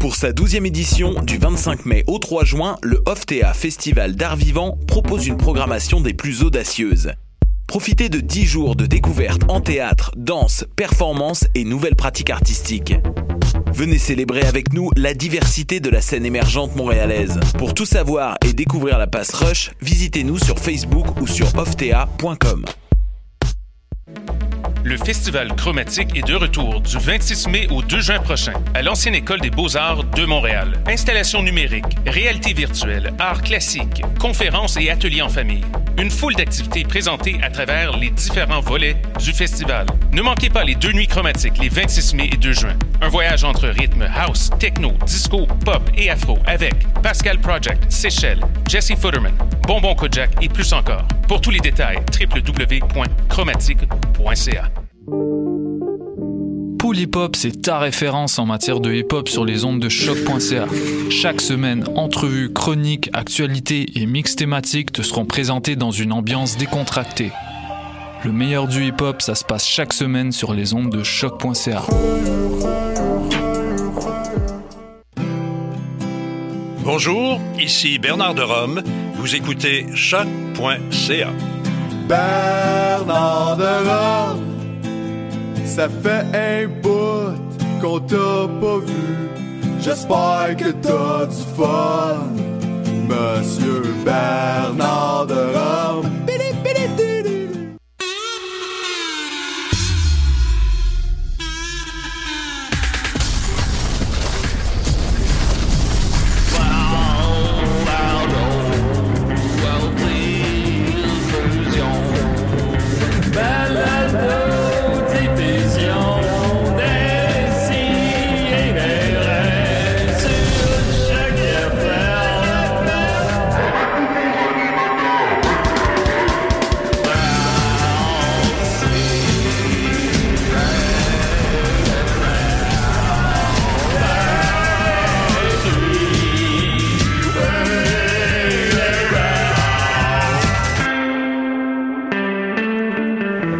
Pour sa 12e édition, du 25 mai au 3 juin, le OFTA Festival d'Art Vivant propose une programmation des plus audacieuses. Profitez de 10 jours de découvertes en théâtre, danse, performance et nouvelles pratiques artistiques. Venez célébrer avec nous la diversité de la scène émergente montréalaise. Pour tout savoir et découvrir la passe Rush, visitez-nous sur Facebook ou sur ofta.com. Le Festival Chromatique est de retour du 26 mai au 2 juin prochain à l'Ancienne École des Beaux-Arts de Montréal. Installations numériques, réalité virtuelle, arts classiques, conférences et ateliers en famille. Une foule d'activités présentées à travers les différents volets du festival. Ah Ne manquez pas les deux nuits chromatiques les 26 mai et 2 juin. Un voyage entre rythme house, techno, disco, pop et afro avec Pascal Project, Seychelles, Jesse Futterman, Bonbon Kojak et plus encore. Pour tous les détails, www.chromatique.ca. Pool Hip Hop, c'est ta référence en matière de hip hop sur les ondes de choc.ca. Chaque semaine, entrevues, chroniques, actualités et mix thématiques te seront présentés dans une ambiance décontractée. Le meilleur du hip hop, ça se passe chaque semaine sur les ondes de choc.ca. Bonjour, ici Bernard de Rome. Vous écoutez choc.ca. Bernard de Rome, ça fait un bout qu'on t'a pas vu. J'espère que t'as du fun, Monsieur Bernard de Rome. Bidi, bidi, didi.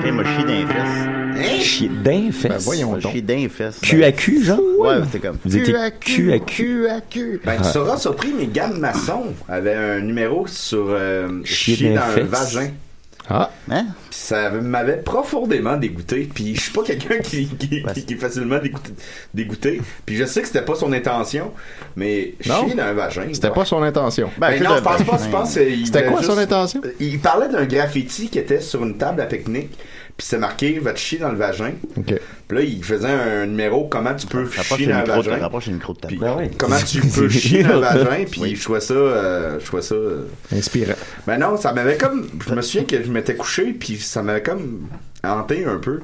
J'ai m'a chié d'un fesse. Chier Ben, d'un fesse. M'a chié d'un fesse. QAQ, genre? Ouais, c'est comme. Vous étiez QAQ, QAQ. QAQ. Ben, tu seras surpris, mais Gab Masson avait un numéro sur euh, Chier chier dans d'un un fesse. vagin. Ah. Hein? Puis ça m'avait profondément dégoûté. Puis je suis pas quelqu'un qui, qui, qui- qui est facilement dégoûté, dégoûté. Puis je sais que c'était pas son intention, mais Non. chier dans un vagin. C'était ouais. pas son intention. Ben, non, je pense pas. Je pense que il C'était voulait quoi juste- son intention? Il parlait d'un graffiti qui était sur une table à pique-nique. Puis c'est marqué va te chier dans le vagin. Ok. Puis là, il faisait un numéro comment tu peux Rapproche chier le dans le micro de- vagin. rapproche le micro de ta Ben, Puis, ben, bouche. Comment tu peux chier dans le vagin. Puis je trouvais ça. euh, je trouvais ça. euh, Inspirant. Ben non, ça m'avait comme. Je me souviens que je m'étais couché. Puis ça m'avait comme hanté un peu.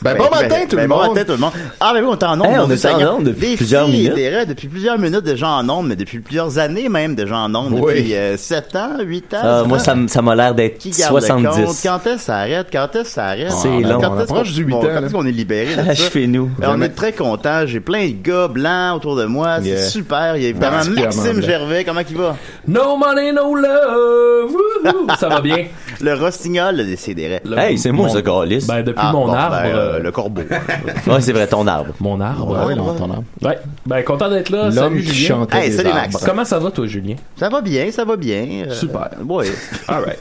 Ben, bon matin, tout le ben, Bon monde. matin tout le monde. Ah ben oui, on est en onde. Hey, mon on Dieu est en Seigneur. onde depuis Des plusieurs filles et minutes. des raies, depuis plusieurs minutes déjà en onde, mais depuis plusieurs années même déjà en onde. Oui. Depuis 7 ans, 8 ans. Ah, sept moi, ans. ça, m- ça m'a l'air d'être Qui garde le compte? 70. Quand est-ce que ça arrête? Quand est-ce que ça arrête? Ah, C'est Quand long. est-ce On qu'on- approche du huit bon, ans, Quand là. est-ce qu'on est libéré? de ça? Achevez-nous. Ben, on est très contents. J'ai plein de gars blancs autour de moi. C'est Yeah. Ben, super. Il y a évidemment Particulièrement Maxime blanc. Gervais. Comment il va? No money, no love. Wouhou! Ça va bien. Le rossignol, le décédéré. Le- Hey, c'est moi, mon- ce gars-lisse. Ben, depuis Ah, mon bon, ben, arbre. euh, euh, le corbeau. Ouais, c'est vrai, ton arbre. Mon arbre. Ouais, non, ton âme. Ouais. Ben, content d'être là. L'homme Salut, qui Julien. chantait Hey, des salut, arbres. Max. Comment ça va, toi, Julien? Ça va bien, ça va bien. Euh, Super. Oui. All right.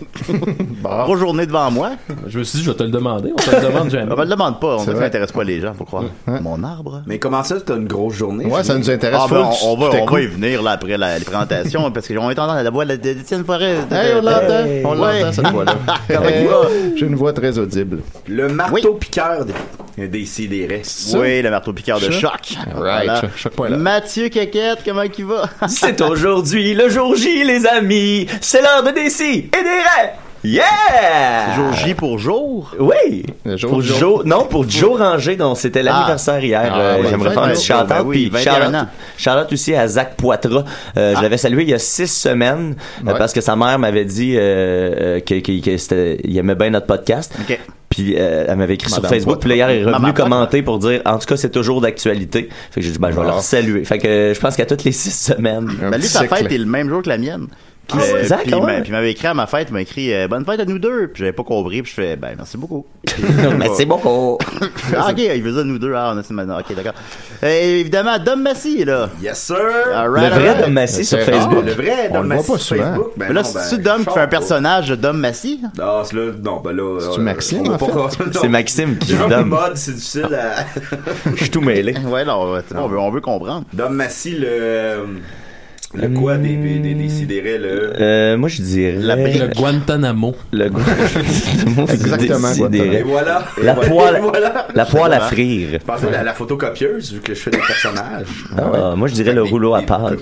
Grosse journée devant moi. Ben, Je me suis dit, je vais te le demander. On te le demande jamais. On me le demande pas. On C'est ne vrai. intéresse pas les gens, faut croire. Mon arbre. Mais comment ça, t'as une grosse journée? Ouais, ça nous intéresse. Ah, Faut ben, que tu- on, on va, tu on va y t'écoutes. venir là, après la, les présentations parce qu'on va entendre la voix de- d'Étienne Forêt. Hey, on l'entend. On Ouais. l'entend, cette voix-là. Comment il Hey, va? J'ai une voix très audible. Le marteau-piqueur des, des sidérés. Ça? Oui, le marteau piqueur de choc. Right, chaque- chaque point là. Mathieu Caquette, comment il va? C'est aujourd'hui le jour J, les amis. C'est l'heure de Décis et des raies. Yeah! Jour J pour jour? Oui! jour pour Joe. Joe. Non, pour Joe Rangé, donc c'était l'anniversaire hier. Ah, Euh, ouais, J'aimerais vingt- faire un vingt- petit vingt- shout-out. ben oui, puis 21 shout-out- ans. Ah. shout-out aussi à Zach Poitras. Euh, Je l'avais salué il y a six semaines euh, Ouais. parce que sa mère m'avait dit euh, euh, que- que- que c'était- il aimait bien notre podcast. Puis euh, elle m'avait écrit Madame sur Facebook. Poitras. Puis là, hier, elle est revenue Maman Poitras. commenter pour dire en tout cas, c'est toujours d'actualité. Fait que j'ai dit ben, je vais Ah. leur saluer. Fait que euh, je pense qu'à toutes les six semaines. Ben, lui, sa fête est le même jour que la mienne. Ah ouais, Euh, Zach, puis ah il m'a- ouais. puis il m'avait écrit à ma fête, il m'a écrit euh, Bonne fête à nous deux. Puis j'avais pas compris, puis je fais Ben merci beaucoup. Merci beaucoup. ah, ok, il faisait nous deux. Ah, on a c'est maintenant. Ok, d'accord. Euh, évidemment, Dom Massy est là. Yes, sir. Ah, Ah, Le vrai Dom Massy sur Facebook. le vrai Dom Massy sur Facebook, ben mais là, non, c'est-tu ben, Dom qui fait un Charles, personnage de Dom Massy? Non, c'est là, non, ben là. C'est-tu euh, Maxime, on va en pas- fait? non. C'est Maxime qui J'ai est un Dom. mode, c'est difficile à. Je suis tout Eh. mêlé. Ouais, non, c'est bon, on veut, on veut comprendre. Dom Massy, le. euh, Le quoi des, des, des, Hmm. des sidérés, le. Euh, moi, je dirais. le Guantanamo. Le Guantanamo. Exactement, Décidéré. Et voilà. Et La voilà. poêle, Et voilà. la poêle à Voilà. frire. Je pensais à la- la photocopieuse, vu que je fais des personnages. Ah, Moi, je dirais le rouleau à pâte.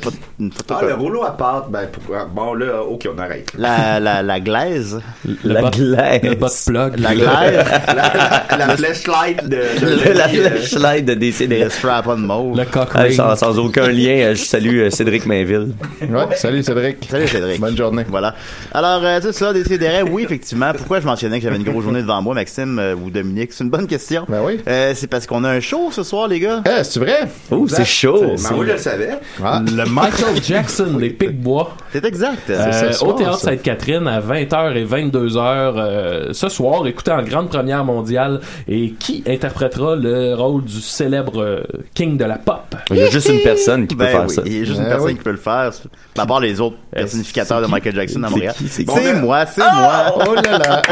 Ah, le rouleau à pâte, ben, pourquoi- bon, là, ok, on arrête. La, la, la glaise. La glaise. Le bot plug. La glaise. la, la, la flashlight de. euh, de- la de- flashlight de décider. Le strap-on mauve. Le cock Ah, ring. sans, sans aucun lien, euh, je salue euh, Cédric Mainville. Ouais, salut Cédric. Salut Cédric. Bonne journée. Voilà. Alors, euh, tout ça, décidérez, oui, effectivement. Pourquoi je mentionnais que j'avais une grosse journée devant moi, Maxime euh, ou Dominique? C'est une bonne question. Ben oui. c'est parce qu'on a un show ce soir, les gars. Eh, c'est vrai? Oh, c'est chaud. Ben, moi, je le savais. Ah. Le Michael Jackson des Pic-Bois. C'est exact. Euh, C'est ce soir, au Théâtre ça. Sainte-Catherine à 20h et 22h euh, ce soir. Écoutez, en grande première mondiale, et qui interprétera le rôle du célèbre euh, King de la pop? Il y a juste une personne qui peut Ben faire oui, ça. Il y a juste une Ben personne oui. qui peut le faire. À part les autres personnificateurs de Michael Jackson à Euh, C'est Montréal. qui? C'est qui? Bon, ben- moi, c'est Ah! Oh moi.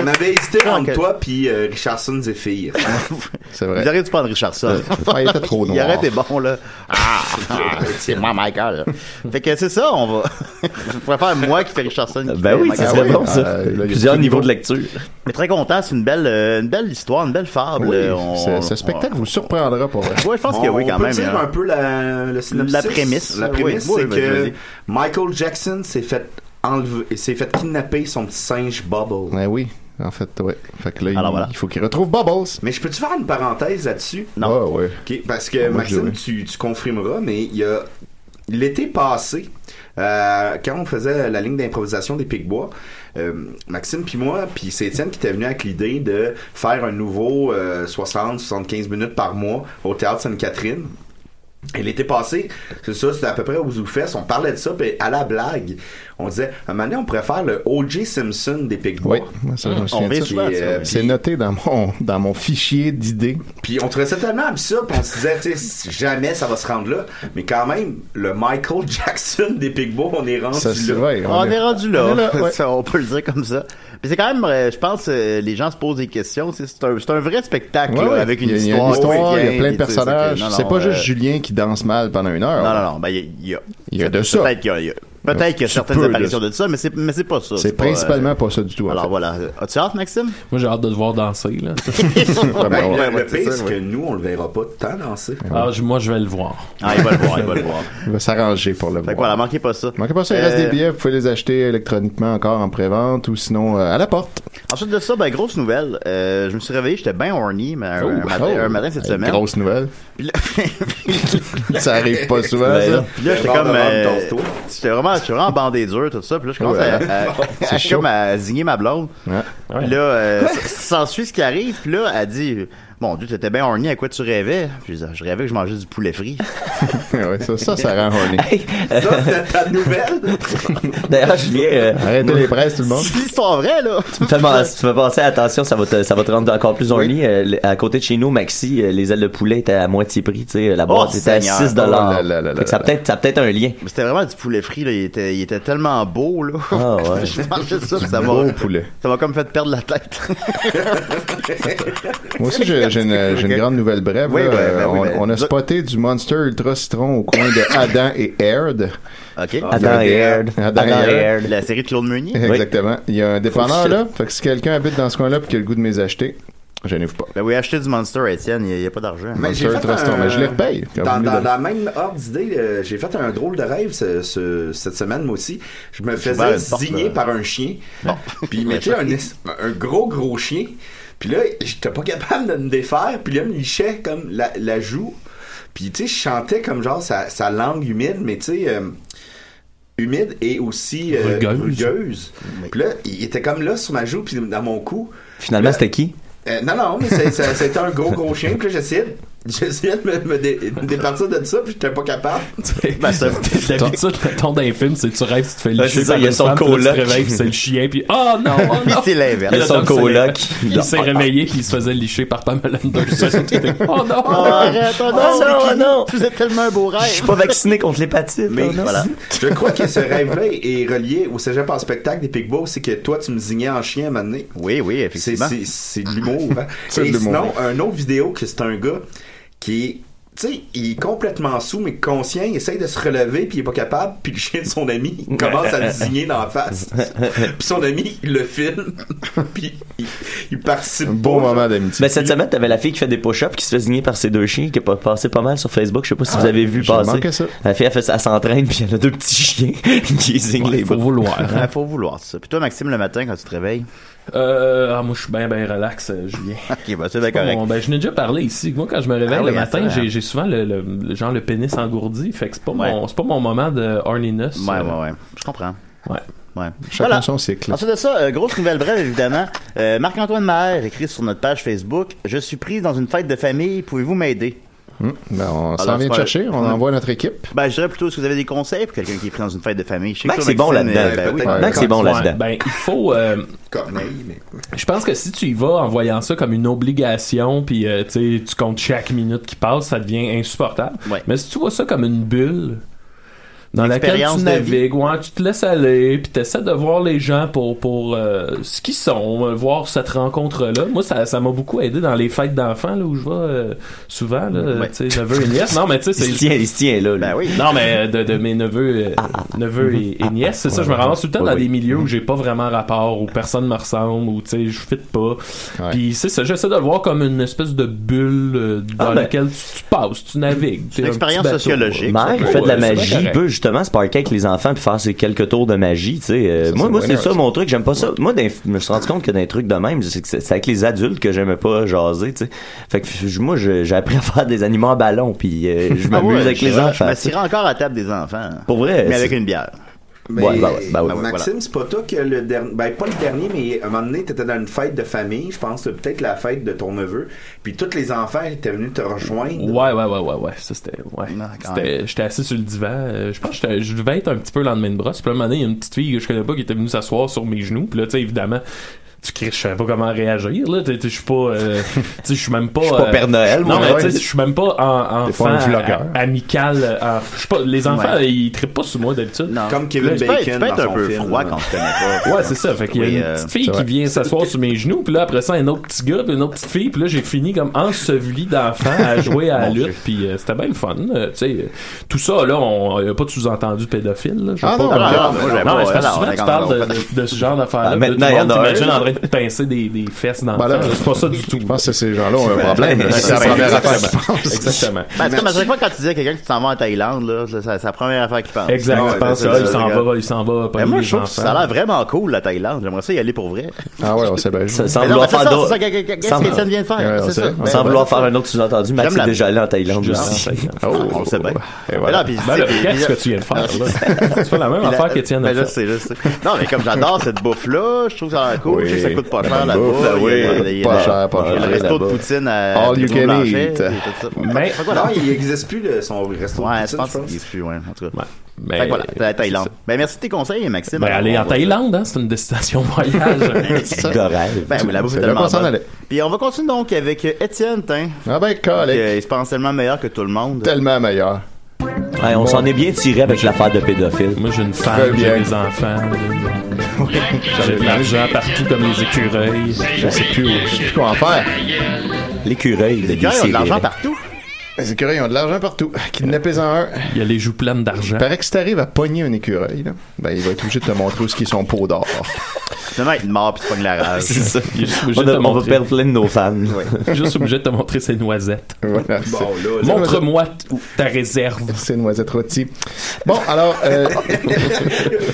On avait hésité entre Ah, Ok. toi puis euh, Richardson Zephyr. C'est vrai. Vous arrêtez pas de Richardson. Ah, il était trop noir. Il aurait été bon, là. Ah, ah, c'est moi, Michael. Fait que c'est ça, on va. Je préfère moi qui fait Richardson. qui Ben fait oui, Ah, Michael. ça serait bon, ça. Plusieurs niveaux de lecture. Mais très content, c'est une belle, euh, une belle histoire, une belle fable. Oui, euh, on- ce, ce spectacle vous surprendra pour vrai. Ouais, je pense que oui, quand on même, Peut dire hein. un peu la, le synopsis? La prémisse. La prémisse, Oui, c'est oui, vas-y, que vas-y. Michael Jackson s'est fait enlever, et s'est fait kidnapper son petit singe Bubble. Ben oui, en fait, ouais. Fait que là, il- Alors voilà. il faut qu'il retrouve Bubbles. Mais je peux-tu faire une parenthèse là-dessus? Non. Ah, Ouais, ouais. Ok, parce que Moi, je Maxime, dirais. tu, tu confirmeras, mais il y a l'été passé, euh, quand on faisait la ligne d'improvisation des Picbois, euh, Maxime puis moi, puis c'est Étienne qui était venu avec l'idée de faire un nouveau 60-75 minutes par mois au Théâtre Sainte-Catherine. Et l'été passé, c'est ça, c'était à peu près aux Zoufest, on parlait de ça, puis à la blague, on disait, à un moment donné, on pourrait faire le O.J. Simpson des Picbois. Oui, moi, ça, je me souviens de ça. Puis, euh, puis- C'est noté dans mon, dans mon fichier d'idées. puis on trouvait ça tellement absurde, puis on se disait, tu sais, jamais ça va se rendre là. Mais quand même, le Michael Jackson des Pigbois, on est rendu Ça, c'est là. vrai, On est rendu là. on est là, ouais. Ça, on peut le dire comme ça. Mais c'est quand même, euh, je pense, euh, les gens se posent des questions. C'est c'est un, c'est un vrai spectacle Ouais, là, ouais. avec une il y a, il y histoire. a une histoire, il y a plein de tu sais, c'est que- personnages. non, C'est non, pas euh, juste Julien qui danse mal pendant une heure. Non, non, non. Ben, il y a- il y a. Il y a de ça. Peut-être qu'il y a- il y a, peut-être qu'il y a Tu certaines peux de apparitions ça. de ça, mais c'est, mais c'est pas ça. C'est pas, euh, principalement pas ça du tout. en Alors fait. voilà. As-tu hâte, Maxime? Moi, j'ai hâte de te voir danser, là. Ben, ouais, le- ouais, le c'est pire, ça, c'est ouais. que nous, on le verra pas tant danser. Ah, je- moi, je vais le voir. Ah, il va le voir, il va le voir. Il va s'arranger pour le Fait voir. que voilà, manquez pas ça. Manquez pas ça, il reste Euh, des billets, vous pouvez les acheter électroniquement encore en pré-vente ou sinon euh, à la porte. Ensuite de ça, ben, grosse nouvelle. Euh, je me suis réveillé, j'étais bien horny, mais un, Oh, un matin, oh. un matin cette Hey, semaine. Grosse nouvelle. ça arrive pas souvent. Ben, ça. Puis là, j'étais comme. euh, J'étais vraiment, j'étais vraiment bandé dur, tout ça. Puis là, je commence Ouais. à, à- C'est à- chaud. comme à zigner ma blonde. Ouais. Puis là, euh, s- s'ensuit ce qui arrive. Puis là, elle dit Mon Dieu, t'étais bien horny, à quoi tu rêvais Puis je dis, je rêvais que je mangeais du poulet frit. ouais, ça, ça, ça rend horny. Ça, c'est ta nouvelle? D'ailleurs, Julien. Arrêtez les presses, tout le monde. C'est l'histoire vraie, là. Tu me fais, man- tu me fais penser, attention, ça va te, ça va te rendre encore plus horny. Euh, le- à côté de chez nous, Maxi, euh, les ailes de poulet étaient à moitié prix, tu sais. La boîte était à Seigneur. 6 Oh dollars. là là là Fait que ça a là peut-être, ça a peut-être un lien. Mais c'était vraiment du poulet frit, là. Il était, il était tellement beau, là. Ah ouais. je mangeais ça, puis ça Du m'a. beau poulet. Ça m'a comme fait perdre la tête. Moi aussi, j'ai j'ai une, j'ai une grande nouvelle brève. Oui, là. ben, ben Euh, oui, on, ben, on a là- spoté du Monster Ultra Citron au coin de Adam et Aird. OK. Ah, Adam et Erd. Adam et Erd. La série de Claude Meunier. Oh, Exactement. Il y a un dépanneur Shit. là. Fait que si quelqu'un habite dans ce coin-là et qui a le goût de me les acheter, Gênez-vous pas. Ben oui, achetez du Monster à Étienne, il n'y a, pas d'argent. Mais j'ai fait un- quand Dans, vous dans voulez. la même ordre d'idée, euh, j'ai fait un drôle de rêve ce- ce- cette semaine, moi aussi. Je me J'ai ouvert faisais une porte, signer euh, là. par un chien. Puis il mettait un, es- un gros, gros chien. Puis là, j'étais pas capable de me défaire. Puis là, il me lichait comme la, la joue. Puis tu sais, je chantais comme genre sa, sa langue humide, mais tu sais... euh, humide et aussi euh, Rugueuse. rugueuse. Puis là, il était comme là sur ma joue, puis dans mon cou. Finalement, c'était qui? Euh, non, non, mais c'est- c'est- c'était un gros, gros chien. Puis là, j'essayais de- j'essayais de me, me dé- départir de ça, puis j'étais pas capable. Ben, ça, d'habitude, le ton d'un film, c'est tu rêves, tu te fais Ouais, licher c'est ça, par il y a une son femme, puis là, tu te coloc. réveilles, puis c'est le chien, puis oh non, oh Puis non. c'est l'inverse. Puis le Il y a son dog s'est- coloc. Il s'est réveillé, puis il se faisait licher par Pamela Anderson. oh non! Oh, arrête, oh non, Oh non, Ricky, oh non. Vous êtes tellement un beau rêve. Je suis pas vacciné contre l'hépatite. Mais oh non. voilà. Je crois que ce rêve-là est relié au cégep en spectacle des Pigbois, c'est que toi, tu me zignais en chien à un moment donné. Oui, oui, effectivement. C'est, c'est de l'humour. hein. C'est Et de l'humour, sinon, un autre vidéo que c'est un gars qui est. Tu sais, il est complètement sous, mais conscient, il essaye de se relever, puis il est pas capable, puis le chien de son ami il commence à le zigner dans la face. Puis son ami, il le filme, puis il, il participe. Bon moment d'amitié. Mais cette semaine, t'avais la fille qui fait des push-ups qui se fait zigner par ses deux chiens, qui a pas- passé pas mal sur Facebook. Je sais pas si vous Ah, avez Ben, vu j'ai passer. manqué ça. La fille, elle, fait, elle s'entraîne, puis elle a deux petits chiens qui les zignent les bras. Ouais, faut vouloir hein. ça. Puis toi, Maxime, le matin, quand tu te réveilles. Euh, ah, moi, je suis bien, bien relax, euh, Julien. ok, bah, c'est bien correct. Bon, ben, je n'ai déjà parlé ici. Moi, quand je me réveille Ah le oui, matin, attends, hein. j'ai, j'ai souvent le, le- le- genre le pénis engourdi. Fait que c'est pas, Ouais. mon, c'est pas mon moment de horniness. Ouais, euh. ouais, ouais. Je comprends. Ouais. Ouais. Chacun son cycle. Ensuite de ça, euh, grosse nouvelle brève, évidemment. Euh, Marc-Antoine Maher écrit sur notre page Facebook Je suis prise dans une fête de famille, pouvez-vous m'aider Hum, ben, on Alors, s'en vient c'est te pas- chercher, on Ouais. envoie notre équipe. Ben, je dirais plutôt, si vous avez des conseils pour quelqu'un qui est pris dans une fête de famille Je sais que Max toi, est bon Maxime, là-dedans. euh, ben oui. Ouais, Max est bon Ouais, là-dedans. Ben, il faut. euh, Je pense que si tu y vas en voyant ça comme une obligation, puis euh, tu sais, tu comptes chaque minute qui passe, ça devient insupportable. Mais si tu vois ça comme une bulle dans Une laquelle expérience tu de navigues, ouais, tu te laisses aller, puis tu essaies de voir les gens pour, pour euh, ce qu'ils sont, euh, voir cette rencontre-là. Moi, ça ça m'a beaucoup aidé dans les fêtes d'enfants, là, où je vais euh, souvent, là, tu sais, neveux et nièces. Non, mais tu sais, c'est... Il se tient, il se tient là. Ben oui. Non, mais euh, de, de mes neveux, euh, neveux et, et nièces, c'est ça, je me ramasse tout le temps dans des milieux où j'ai pas vraiment rapport, où personne me ressemble, où tu sais, je fit pas. Puis c'est ça, j'essaie de le voir comme une espèce de bulle euh, dans Ah, ben. laquelle tu, tu passes, tu navigues. t'es un petit bateau. Mère, il fait de Ouais, la c'est bien magie, il correct. peut justement se parquer avec les enfants puis faire ses quelques tours de magie, tu sais. Euh, moi, c'est moi winner, c'est ça ça. mon truc, j'aime pas ça. Moi, d'un- je me suis rendu compte que d'un truc de même, c'est que c'est c'est avec les adultes que j'aimais pas jaser, tu sais. Fait que je- moi, je- j'ai appris à faire des animaux à ballon puis euh, je Ah m'amuse ouais, avec je- les Je enfants. tu sais. m'assirais encore à la table des enfants. hein. Pour vrai. Mais c'est- avec une bière. Mais Ouais, bah ouais, bah ouais, Maxime, voilà. c'est pas toi que le dernier. Ben, pas le dernier, mais à un moment donné, t'étais dans une fête de famille, je pense, peut-être la fête de ton neveu, puis tous les enfants étaient venus te rejoindre. Ouais, ouais, ouais, ouais, ouais. Ça, c'était. Ouais. quand C'était- J'étais assis sur le divan. euh, je pense que j'étais- je devais être un petit peu lendemain de brosse. Puis là, un moment donné, il y a une petite fille que je connais pas qui était venue s'asseoir sur mes genoux. Puis là, tu sais, évidemment. Tu cries, je savais pas comment réagir, là. Tu sais, Je suis pas. euh, tu sais, je suis même pas. Je suis pas euh, Père Noël, moi, Non, mais ouais. tu sais, je suis même pas en, T'es enfant pas un vlogueur. a- amical. euh, en- je sais pas, les enfants, Ouais. ils trippent pas sur moi d'habitude. Comme Kevin Là, Tu peux être- tu peux être un peu froid quand tu connais pas. Ouais, c'est ça. Fait qu'il y a Oui, une euh, petite fille c'est qui vrai. vient s'asseoir sur mes genoux, puis là, après ça, un autre petit gars, puis une autre petite fille, puis là, j'ai fini comme enseveli d'enfant à jouer à la Mon lutte, puis euh, c'était bien le fun. euh, tu sais, euh, tout ça, là, on n'y a pas de sous-entendu pédophile. Là, je veux Ah pas, non, non, euh, non, moi, j'avais non, mais pas- c'est parce que non, on souvent, est Ben, tu quand parles même de, de- de ce genre d'affaires-là. Ah, là, maintenant, tout le il y en monde a un. t'imagine en train de pincer des, des fesses Ben dans Voilà. C'est pas ça du tout. Je pense que ces gens-là ont un problème. Ben, C'est la c'est première ça, affaire, exactement. je pense. Exactement. Ben, c'est comme à chaque fois quand tu dis à quelqu'un que tu t'en vas en Thaïlande, là, c'est c'est la première affaire qu'il pense. Exact, Ouais, je pense c'est que là, ça, il c'est s'en ça. va, il s'en va Ben, pogner moi, les je trouve que enfants. ça a l'air vraiment cool, la Thaïlande. J'aimerais ça y aller pour vrai. Ah ouais, on sait bien. Ça- Mais Sans non, vouloir mais c'est faire ça, d'autres- c'est ça que- que- qu'est-ce sans- qu'Étienne vient de faire, Ouais, on c'est sait. ça. Sans Ben, ouais, vouloir c'est faire ça. un autre sous-entendu, Max J'aime la- est déjà allé en Thaïlande. Juste aussi. hein. en Thaïlande. Oh, on le sait bien. voilà. Ben là, qu'est-ce que tu viens de faire, là? Tu fais la même affaire qu'Étienne a Ben, je fait. sais, je sais. Non, mais comme j'adore cette bouffe-là, je trouve ça a l'air cool. Je sais que ça coûte pas La cher bonne là-bas. bouffe, ben oui, pas cher, pas Le cher, resto de là-bas. poutine à All you Maison can Blanchet, eat. et tout ça. Mais- Fait que Non, voilà. il n'existe plus le- son restaurant. Ouais, je pense qu'il est plus, ouais, en tout cas. Mais- Fait que voilà, la c'est Thaïlande. Ben, merci de tes conseils, Maxime. Ben, Alors, aller on en va- Thaïlande, hein, c'est une destination voyage. C'est ça. Ben oui, la bouffe est tellement bonne. Puis on va continuer donc avec euh, Étienne, Tin. Ah ben, Euh, Il se pense tellement meilleur que tout le monde. Tellement meilleur. Ouais, on s'en est bien tiré avec l'affaire de pédophile. Moi, j'ai une femme, j'ai des enfants. J'ai de l'argent partout comme les écureuils. Je sais plus, où- je sais plus quoi en faire. L'écureuil, Les écureuils ont de l'argent partout. Les écureuils ils ont de l'argent partout. Kidnappez-en un. Il y a les joues pleines d'argent. Il paraît que si t'arrives à pogner un écureuil, là, ben, il va être obligé de te montrer où est-ce qu'ils sont peau d'or. Finalement, il est mort puis pogne la rage. C'est ça. Il est juste obligé On, de a- te on va montrer. perdre plein de nos fans. Juste obligé de te montrer ses noisettes. c'est- Bon, là, là. Montre-moi t- ta réserve. C'est une noisette rôtie. Bon, alors, euh,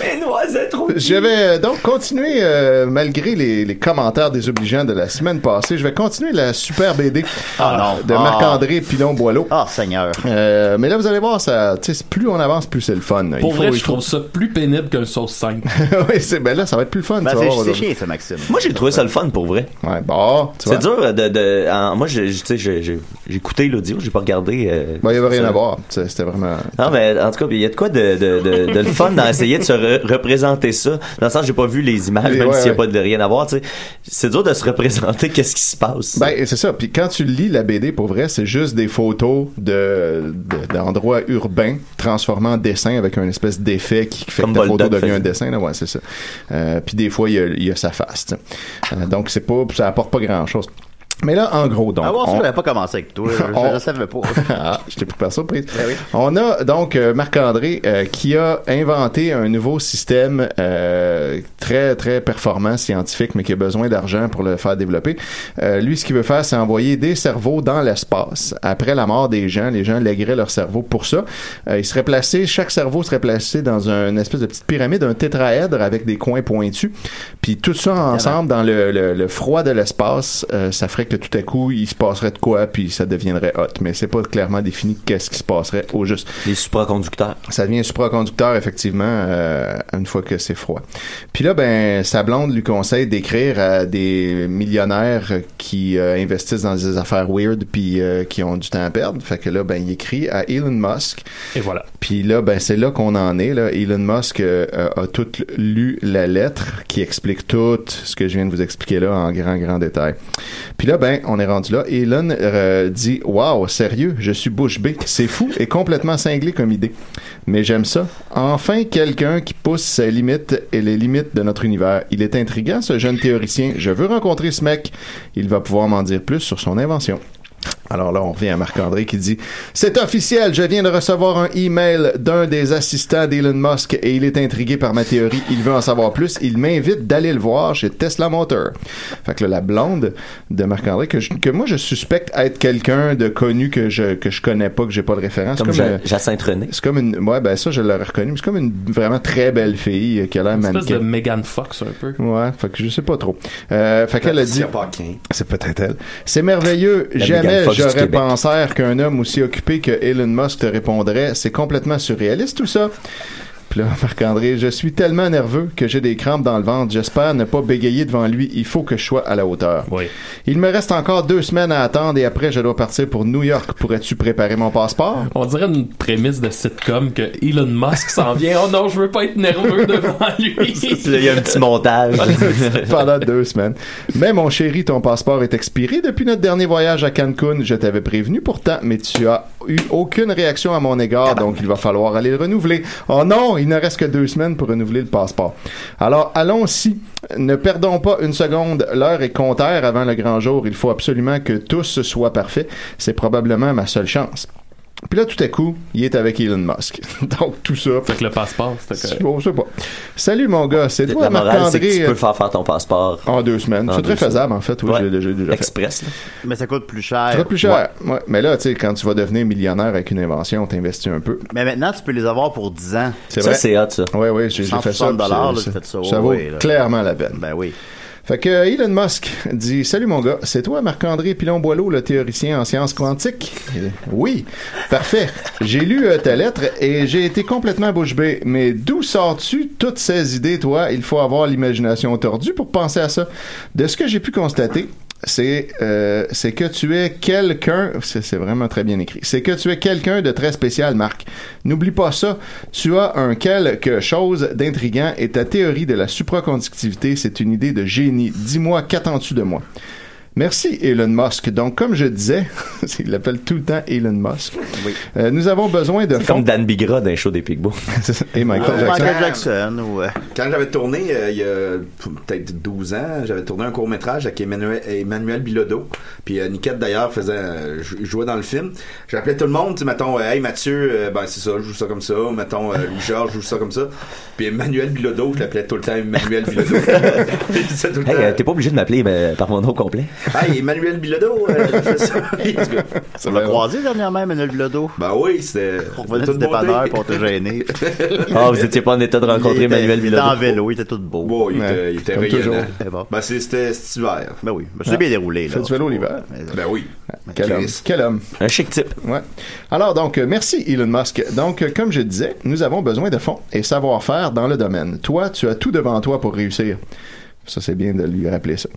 Mais noisette rouge. je vais euh, donc continuer, euh, malgré les, les commentaires désobligeants de la semaine passée, je vais continuer la super BD Ah non. de Ah. Marc-André Pilon-Boileau. Euh, Ah, Seigneur. mais là, vous allez voir, ça, tu sais, plus on avance, plus c'est le fun. Pour Il faut- vrai, il je trouve ça plus pénible qu'un sauce 5. oui, c'est ben là, ça va être plus fun. Ben, tu vas c'est- voir, c'est aujourd'hui. chiant, ça, Maxime. Moi, j'ai trouvé ça le fun pour vrai. Ouais, bon, C'est tu vois. dur euh, de. de- en- moi, j'ai- j'ai- tu sais, j'ai j'ai- j'ai écouté l'audio, j'ai pas regardé. euh, Ben, il y avait rien ça. à voir. Tu sais, C'était vraiment. Non, mais en tout cas, il y a de quoi de, de, de, de le fun dans essayer de se re- représenter ça. Dans le sens, j'ai pas vu les images, Les- même ouais, s'il y a ouais. pas de rien à voir. tu sais. C'est dur de se représenter qu'est-ce qui se passe. Ben, et c'est ça. Puis quand tu lis la BD, pour vrai, c'est juste des photos de, de- d'endroits urbains transformés en dessin avec un espèce d'effet qui fait Comme que la Boldock photo devient faisait. un dessin. Là, ouais, c'est ça. Euh, puis des fois, il y a, il y a sa face. tu sais. Euh, donc, c'est pas, ça apporte pas grand-chose. Mais là, en gros, donc. Ah, bon, ça, on- je l'avais pas commencé avec toi. Je, je On- le savais pas. ah, je t'ai pris par surprise. On a donc euh, Marc-André euh, qui a inventé un nouveau système euh, très, très performant, scientifique, mais qui a besoin d'argent pour le faire développer. Euh, lui, ce qu'il veut faire, c'est envoyer des cerveaux dans l'espace. Après la mort des gens, les gens lègueraient leur cerveau pour ça. Euh, ils seraient placés, chaque cerveau serait placé dans un- une espèce de petite pyramide, un tétraèdre avec des coins pointus. Puis tout ça ensemble, dans le, le- le froid de l'espace, euh, ça ferait que tout à coup, il se passerait de quoi, puis ça deviendrait hot. Mais c'est pas clairement défini qu'est-ce qui se passerait au juste. Les supraconducteurs. Ça devient supraconducteur, effectivement, euh, une fois que c'est froid. Puis là, ben, sa blonde lui conseille d'écrire à des millionnaires qui euh, investissent dans des affaires weird, puis euh, qui ont du temps à perdre. Fait que là, ben, il écrit à Elon Musk. Et voilà. Puis là, ben, c'est là qu'on en est. Là. Elon Musk euh, euh, a tout lu la lettre qui explique tout ce que je viens de vous expliquer là en grand, grand détail. Puis là, ben, on est rendu là. Elon euh, dit Waouh, sérieux, je suis bouche bée. C'est fou et complètement cinglé comme idée. Mais j'aime ça. Enfin, quelqu'un qui pousse ses limites et les limites de notre univers. Il est intriguant, ce jeune théoricien. Je veux rencontrer ce mec. Il va pouvoir m'en dire plus sur son invention. Alors là, on revient à Marc-André qui dit C'est officiel, je viens de recevoir un email d'un des assistants d'Elon Musk et il est intrigué par ma théorie. Il veut en savoir plus. Il m'invite d'aller le voir chez Tesla Motor. Fait que là, la blonde de Marc-André, que, je- que moi je suspecte être quelqu'un de connu que je, que je connais pas, que j'ai pas de référence. Comme C'est Ja- euh, Jacinthe René. C'est comme une. Ouais, ben ça, je l'aurais reconnu. mais C'est comme une vraiment très belle fille euh, qui a l'air Une espèce de mannequin. Megan Fox, un peu. Ouais, fait que je sais pas trop. Euh, fait qu'elle a dit. Patricia Paquin. C'est peut-être elle. C'est merveilleux. La Megan Jamais Fox du j'aurais Québec. pensé qu'un homme aussi occupé que Elon Musk te répondrait. C'est complètement surréaliste tout ça. Puis là, Marc-André, je suis tellement nerveux que j'ai des crampes dans le ventre. J'espère ne pas bégayer devant lui. Il faut que je sois à la hauteur. Il me reste encore deux semaines à attendre et après, je dois partir pour New York. Pourrais-tu préparer mon passeport? On dirait une prémisse de sitcom que Elon Musk s'en vient. Oh non, je veux pas être nerveux devant lui. Puis là, il y a un petit montage. Ah, pendant deux semaines. Mais mon chéri, ton passeport est expiré depuis notre dernier voyage à Cancun. Je t'avais prévenu pourtant, mais tu as eu aucune réaction à mon égard, Ah ben, donc il va falloir aller le renouveler. Oh non, il ne reste que deux semaines pour renouveler le passeport. Alors allons-y. Ne perdons pas une seconde. L'heure est comptaire avant le grand jour. Il faut absolument que tous soient parfaits. C'est probablement ma seule chance. Puis là, tout à coup, il est avec Elon Musk. Donc, tout ça. Fait que le passeport, c'était correct. Bon, je sais pas. Salut, mon gars. C'est toi, la morale, c'est que Marc-André. tu peux faire faire ton passeport. En deux semaines. En C'est deux très faisable, en fait. Oui, Ouais. je l'ai déjà, déjà fait. Express. là. Mais ça coûte plus cher. Ça coûte plus cher. Ouais. Mais là, tu sais, quand tu vas devenir millionnaire avec une invention, t'investis un peu. Mais maintenant, tu peux les avoir pour 10 ans. C'est vrai. hot, ça. Oui, oui, j'ai j'ai fait ça. 160 dollars, puis là, c'est- tu fais ça, ça ouais, vaut ouais, là. clairement la peine. Ben oui. Fait que euh, Elon Musk dit Salut mon gars, c'est toi Marc-André Pilon-Boileau, le théoricien en sciences quantiques Euh, Oui, parfait. J'ai lu euh, ta lettre et j'ai été complètement bouche bée. Mais d'où sors-tu toutes ces idées, toi Il faut avoir l'imagination tordue pour penser à ça. De ce que j'ai pu constater, c'est euh, c'est que tu es quelqu'un c'est c'est vraiment très bien écrit c'est que tu es quelqu'un de très spécial Marc n'oublie pas ça tu as un quelque chose d'intriguant et ta théorie de la supraconductivité c'est une idée de génie dis-moi qu'attends-tu de moi Merci Elon Musk. Donc, comme je disais, il l'appelle tout le temps Elon Musk. Euh, nous avons besoin de... Comme Dan Bigra dans les shows des Pigbois. Et Ah, Michael Jackson. euh, Quand j'avais tourné, euh, il y a p- peut-être 12 ans, j'avais tourné un court-métrage avec Emmanuel, Emmanuel Bilodeau. Puis euh, Niquette, d'ailleurs, faisait, euh, jou- jouait dans le film. J'appelais tout le monde, tu sais, mettons, euh, hey Mathieu, euh, ben c'est ça, je joue ça comme ça. Ou, Mettons, euh, Louis-Georges, je joue ça comme ça. Puis Emmanuel Bilodeau, je l'appelais tout le temps Emmanuel Bilodeau. Je disais tout le Hey, temps, euh, t'es pas obligé de m'appeler ben, par mon nom complet. Hey, Emmanuel Bilodeau, euh, il fait ça. On l'a croisé dernièrement, Emmanuel Bilodeau. Ben oui, c'était. On revenait du dépanneur pour te gêner. Ah, vous étiez pas en état de rencontrer Emmanuel Il était en Bilodeau. vélo, il était tout beau. Bon, il était, il était Comme rayonnant. toujours. Ben, c'est- c'était cet hiver. Eh Ben oui, ben, c'est bien déroulé. Fait Là. Ah. du vélo l'hiver. Ben oui. Quel homme. Quel homme. Un chic type. Ouais. Alors, donc, euh, merci Elon Musk. Donc, euh, comme je disais, nous avons besoin de fonds et savoir-faire dans le domaine. Toi, tu as tout devant toi pour réussir. Ça, c'est bien de lui rappeler ça.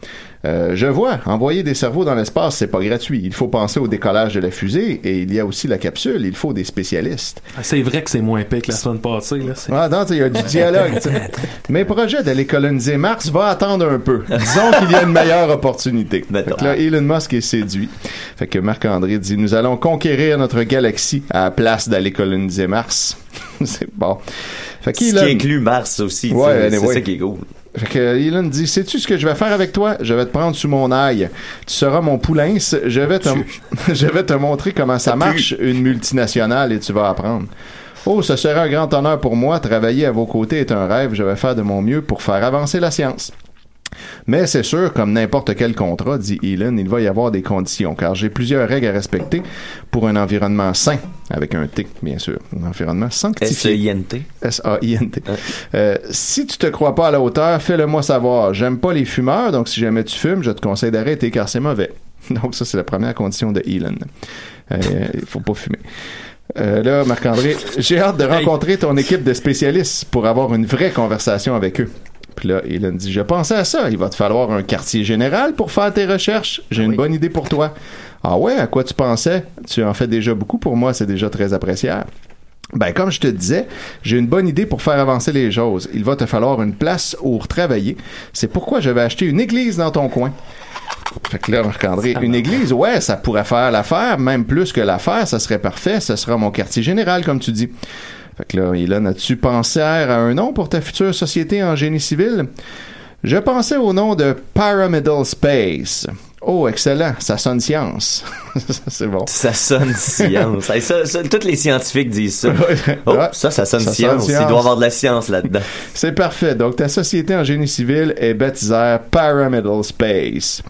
Euh, je vois, envoyer des cerveaux dans l'espace, c'est pas gratuit. Il faut penser au décollage de la fusée et il y a aussi la capsule. Il faut des spécialistes. C'est vrai que c'est moins épais que la semaine passée. Là. C'est- Ah, non, tu sais, il y a du dialogue. tu sais. Mes projets d'aller coloniser Mars va attendre un peu. Disons qu'il y a une meilleure opportunité. Fait que là, Elon Musk est séduit. Fait que Marc-André dit Nous allons conquérir notre galaxie à la place d'aller coloniser Mars. c'est bon. Fait Ce qui qu'Elon- inclut Mars aussi. tu Ouais, sais, c'est anyway. ça qui est cool. fait que Elon dit Sais-tu ce que je vais faire avec toi Je vais te prendre sous mon aile. Tu seras mon poulain. Je vais te, je vais te montrer comment ça marche, une multinationale, et tu vas apprendre. Oh, ce serait un grand honneur pour moi. Travailler à vos côtés est un rêve. Je vais faire de mon mieux pour faire avancer la science. Mais c'est sûr, comme n'importe quel contrat, dit Elon, il va y avoir des conditions, car j'ai plusieurs règles à respecter pour un environnement sain, avec un T, bien sûr, un environnement sanctifié. S-E-I-N-T. S-A-I-N-T. Euh, si tu te crois pas à la hauteur, fais-le-moi savoir. J'aime pas les fumeurs, donc si jamais tu fumes, je te conseille d'arrêter, car c'est mauvais. Donc ça, c'est la première condition de Elon. Euh, Il faut pas fumer. Euh, là, Marc-André, j'ai hâte de rencontrer ton équipe de spécialistes pour avoir une vraie conversation avec eux. Puis là, Elon dit, je pensais à ça, il va te falloir un quartier général pour faire tes recherches. Ah J'ai une bonne idée pour toi. Ah ouais, à quoi tu pensais? Tu en fais déjà beaucoup pour moi, c'est déjà très appréciable. Ben, comme je te disais, j'ai une bonne idée pour faire avancer les choses. Il va te falloir une place où travailler. C'est pourquoi je vais acheter une église dans ton coin. Fait que là, Marc-André, une église, ouais, ça pourrait faire l'affaire, même plus que l'affaire, ça serait parfait, ce sera mon quartier général, comme tu dis. Fait que là, Elon, as-tu pensé à un nom pour ta future société en génie civil? Je pensais au nom de Pyramidal Space. Oh, excellent, ça sonne science. C'est bon. Ça sonne science. Hey, ça, ça, tous les scientifiques disent ça. Oh, ça, ça sonne Ça sonne science. Il science. doit y avoir de la science là-dedans. C'est parfait. Donc, ta société en génie civil est baptisée Pyramidal Space.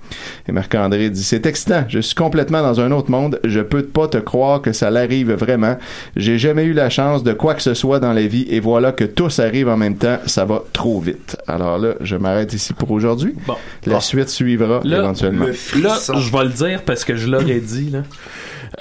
Et Marc-André dit C'est excitant. Je suis complètement dans un autre monde. Je peux pas te croire que ça l'arrive vraiment. J'ai jamais eu la chance de quoi que ce soit dans la vie. Et voilà que tous arrivent en même temps. Ça va trop vite. Alors là, je m'arrête ici pour aujourd'hui. La suite suivra Là, éventuellement. là, je vais le dire parce que je l'aurais dit. là.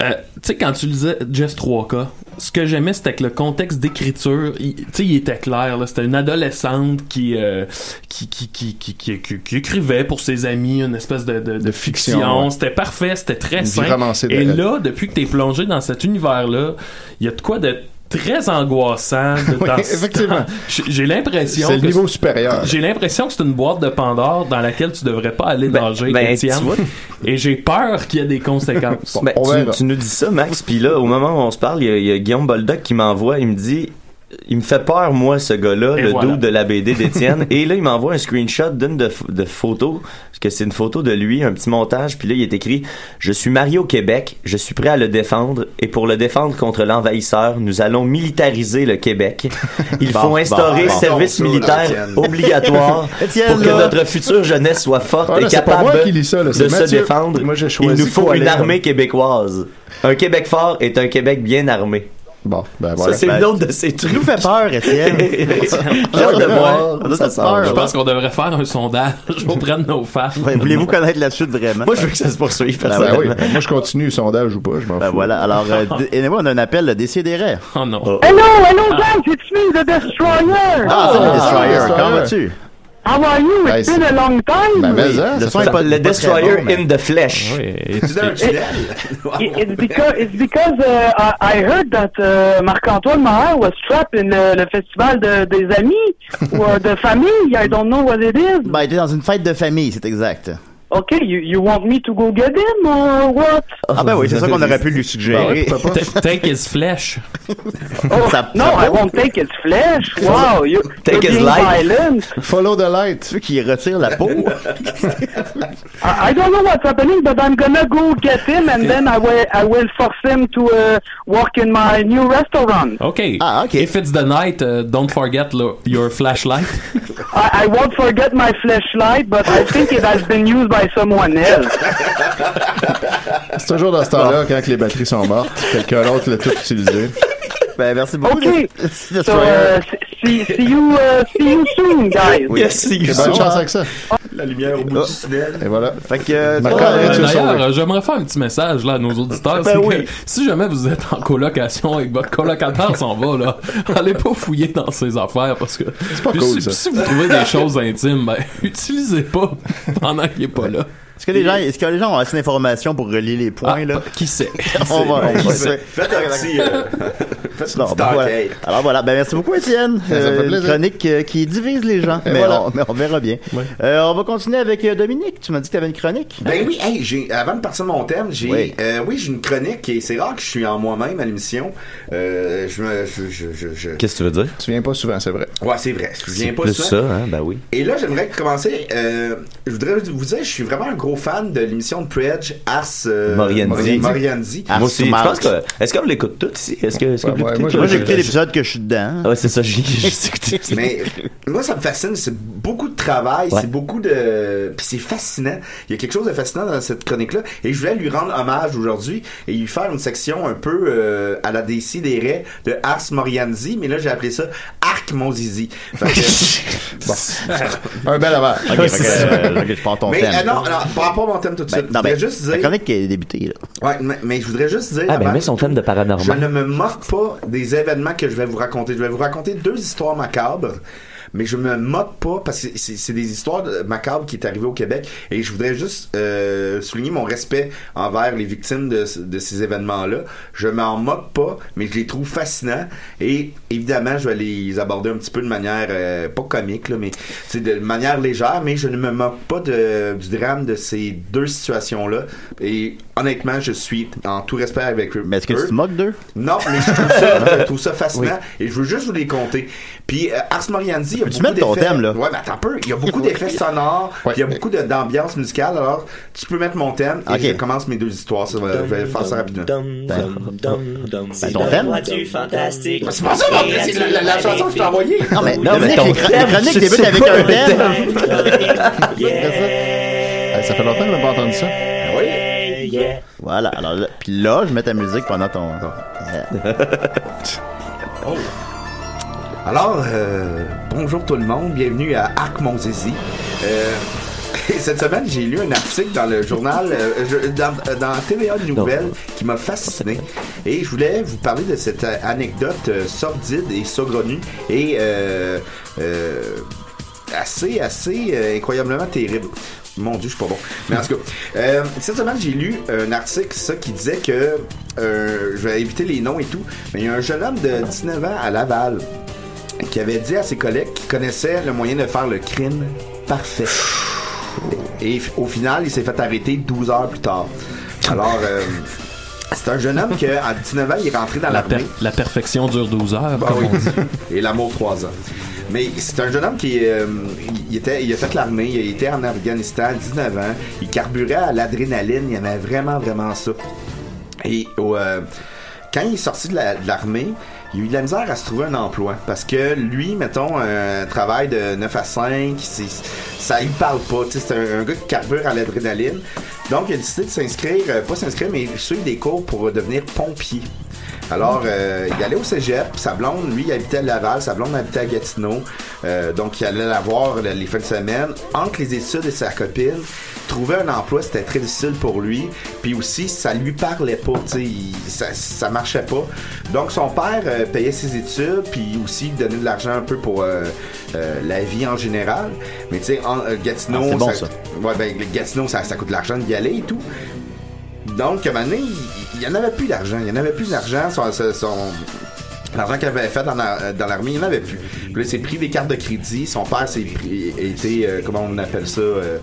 Euh, tu sais, quand tu lisais Jess 3K, ce que j'aimais, c'était que le contexte d'écriture, il- tu sais, il était clair. là. C'était une adolescente qui, euh, qui, qui, qui, qui, qui- qui- qui écrivait pour ses amis une espèce de, de- de fiction, fiction. ouais. C'était parfait, c'était très Une vie simple. romancée de Et la- là, depuis que t'es plongé dans cet univers-là, il y a de quoi de très angoissant. de- Oui, dans- effectivement. J'ai j'ai l'impression C'est le que niveau supérieur. j'ai l'impression que c'est une boîte de Pandore dans laquelle tu devrais pas aller danger, ben, Étienne. tu vois. Et j'ai peur qu'il y ait des conséquences. Ben, tu, tu nous dis ça, Max, puis là, au moment où on se parle, il y a- il y, a Guillaume Boldoc qui m'envoie, il me dit il me fait peur, moi, ce gars-là, Et le voilà. dos de la BD d'Étienne. et là, il m'envoie un screenshot d'une de, de photos, parce que c'est une photo de lui, un petit montage, puis là, il est écrit Je suis marié au Québec, je suis prêt à le défendre, et pour le défendre contre l'envahisseur, nous allons militariser le Québec. Il Bon, faut instaurer bon, bon. service Bon, ça, là, militaire Étienne. obligatoire Étienne, pour que là. notre future jeunesse soit forte Ah, là, et c'est pas capable moi qui lis ça, là, de c'est se Mathieu. défendre. Moi, j'ai Il choisi nous faut quoi une lire. armée québécoise. Un Québec fort est un Québec bien armé. Bon, ben voilà. Ça, c'est Ben, une autre de ces trucs. nous fait peur, Étienne. J'ai hâte de voir. On a Ça toute peur, Je là. pense qu'on devrait faire un sondage auprès de nos femmes. Ouais, Voulez-vous connaître la suite vraiment? Moi, je veux que ça se poursuive, Ben Ben oui. oui, moi, je continue le sondage ou pas, je m'en Ben fous. voilà, alors, euh, d- anyway, on a un appel, le décidéré. Oh non. Hello, hello, guys, it's me, the Destroyer. Ah, c'est le Destroyer. Destroyer, comment vas-tu? How are you? It's Ben, been a long time. Ben, mais, hein, Le ça son fait- est pas Le pas très Destroyer bon, mais- in the flesh. Tu dans un tunnel? It- It's because, it's because uh, I, I heard that uh, Marc-Antoine Maher was trapped in uh, le festival de, des amis or de famille. I don't know what it is. Ben, il était dans une fête de famille, c'est exact. Okay, you, you want me to go get him or what? Ah ben oui, c'est ça qu'on aurait pu lui suggérer. Ben ouais, pourquoi pas? Take his flesh. Oh, no, I won't take his flesh. Wow, you, Take you're his being light. violent. Follow the light. Tu veux qu'il retire la peau? I, I don't know what's happening, but I'm gonna go get him and then I will, I will force him to uh, work in my new restaurant. OK. Ah, OK. If it's the night, uh, don't forget lo- your flashlight. I, I won't forget my flashlight, but I think it has been used by someone else. C'est toujours dans ce temps-là, quand les batteries sont mortes, quelqu'un d'autre l'a tout utilisé. Ben, merci Okay, so Euh, uh, s- see, see you, uh, see you soon, guys. Bonne Ah, chance avec ça. La lumière au bout du tunnel. Et voilà. Fait que. Ah, Marc-André, euh, tu es D'ailleurs, sauvé. euh, j'aimerais faire un petit message là, à nos auditeurs. Ben c'est que oui. si jamais vous êtes en colocation et que votre colocataire s'en va, là, allez pas fouiller dans ses affaires parce que pas puis cool, si, ça. si vous trouvez des choses intimes, ben, utilisez pas pendant qu'il est pas là. Est-ce que les gens, est-ce que les gens ont assez d'informations pour relier les Ah. points, là? Ah, Qui sait? On va, on va- Faites un petit. euh, faites une Non, petite ben voilà. enquête. Alors voilà, ben merci beaucoup Étienne. Ça fait une plaisir. chronique euh, qui divise les gens. Et Mais, voilà. on, mais on verra bien. Euh, on va continuer avec euh, Dominique. Tu m'as dit que tu avais une chronique. Ben oui, hey, j'ai avant de partir de mon thème, j'ai Oui. oui, oui j'ai une chronique et c'est rare que je suis en moi-même à l'émission. Euh, je me je je je, je- Qu'est-ce que tu veux dire? Tu viens pas souvent, c'est vrai. Ouais, c'est vrai. Je viens pas Plus souvent. ça, hein? Ben oui. Et là, j'aimerais commencer. euh, je voudrais vous dire, je suis vraiment un gros fan de l'émission de Predge, Ars euh, Morianzi. Morianzi. Moi aussi, je Mars. pense que. Est-ce qu'on l'écoute tout ici? Est-ce que. Est-ce qu'on Ouais, ouais, l'écoute moi, tout? Moi, j'ai je- écouté l'épisode que je suis dedans. Ah ouais, c'est ça, j'ai juste écouté. Mais moi, ça me fascine. C'est beaucoup de travail, Ouais. c'est beaucoup de. Puis c'est fascinant. Il y a quelque chose de fascinant dans cette chronique-là. Et je voulais lui rendre hommage aujourd'hui et lui faire une section un peu euh, à la DC des Raies de Ars Morianzi. Mais là, j'ai appelé ça Arc Mon Zizi. Fait que- Bon. Un bel avare. Ok, fait que, euh, ok, je prends ton Mais thème. euh, non, non, par rapport à mon thème tout de Ben, suite, non, je ben, voudrais juste la dire. chronique qui est débutée, là. Ouais, mais, mais je voudrais juste dire. Ah, ben, avant mais son tout, thème Je de ne paranormal. me moque pas des événements que je vais vous raconter. Je vais vous raconter deux histoires macabres, mais je me moque pas parce que c'est c'est des histoires de- macabres qui est arrivé au Québec et je voudrais juste euh, souligner mon respect envers les victimes de, ce- de ces événements-là. Je m'en moque pas, mais je les trouve fascinants et évidemment, je vais les aborder un petit peu de manière euh, pas comique là, mais c'est de manière légère, mais je ne me moque pas de- du drame de ces deux situations-là et honnêtement, je suis en tout respect avec eux. Mais est-ce que tu te moques d'eux? Non, mais je trouve ça, je trouve ça fascinant et je veux juste vous les compter. Puis euh, Ars Morianzi, il y a Peux-tu beaucoup mettre ton d'effets- thème, là? Ouais, mais attends un peu. Il y a beaucoup d'effets sonores, puis il y a beaucoup de- d'ambiance musicale. Alors, tu peux mettre mon thème et Ok. je commence mes deux histoires. Ça va- je vais faire ça rapidement. Ben, ton thème? C'est pas ça, mon frère, c'est la, la- la chanson que je t'ai envoyée. Non, mais, Non, mais Dominique, ton les chron- la thème, chronique je débute sais avec pas un le thème. Eh, Ça fait longtemps que je n'ai pas entendu ça. Ben Voilà, alors là, puis là, je mets ta musique pendant ton. Ah. Alors, euh, bonjour tout le monde, bienvenue à Arc Mon Zizi. Euh, cette semaine, j'ai lu un article dans le journal, euh, je- dans, dans TVA Nouvelles, qui m'a fasciné. Et je voulais vous parler de cette euh, anecdote euh, sordide et saugrenue et euh, euh, assez, assez euh, incroyablement terrible. Mon dieu, je suis pas bon. Mais en tout cas, euh, cette semaine, j'ai lu un article ça, qui disait que, euh, je vais éviter les noms et tout, mais il y a un jeune homme de 19 ans à Laval qui avait dit à ses collègues qu'il connaissait le moyen de faire le crime parfait. Et f- au final, il s'est fait arrêter 12 heures plus tard. Alors, euh, c'est un jeune homme que, à 19 ans, il est rentré dans La, per- l'armée. la perfection dure 12 heures, Ah comme oui. on dit. Et l'amour, 3 ans. Mais c'est un jeune homme qui euh, il était, il a fait l'armée, il était en Afghanistan à 19 ans, il carburait à l'adrénaline, il aimait vraiment, vraiment ça. Et au, euh, quand il est sorti de la- de l'armée, il a eu de la misère à se trouver un emploi. Parce que lui, mettons, un travail de 9 à 5, c'est- ça lui parle pas. tu sais, C'est un, un gars qui carbure à l'adrénaline. Donc, il a décidé de s'inscrire, euh, pas s'inscrire, mais suivre des cours pour devenir pompier. Alors, euh, il allait au cégep, puis sa blonde, lui, il habitait à Laval, sa blonde habitait à Gatineau. Euh, donc, il allait la voir le- les fins de semaine. Entre les études et sa copine, trouver un emploi, c'était très difficile pour lui. Puis aussi, ça lui parlait pas, tu sais, il- ça, ça marchait pas. Donc, son père euh, payait ses études, puis aussi il donnait de l'argent un peu pour euh, euh, la vie en général. Mais tu sais, en- euh, Gatineau, Ah, c'est bon, ça. Ouais, ben, Gatineau, ça, ça coûte de l'argent d'y aller et tout. Donc, à un moment donné, il- il n'y en avait plus d'argent. Il n'y en avait plus d'argent. Son, son- son- L'argent qu'il avait fait dans la- dans l'armée, il n'en avait plus. Puis là, il s'est pris des cartes de crédit. Son père s'est pris- a été, euh, comment on appelle ça euh,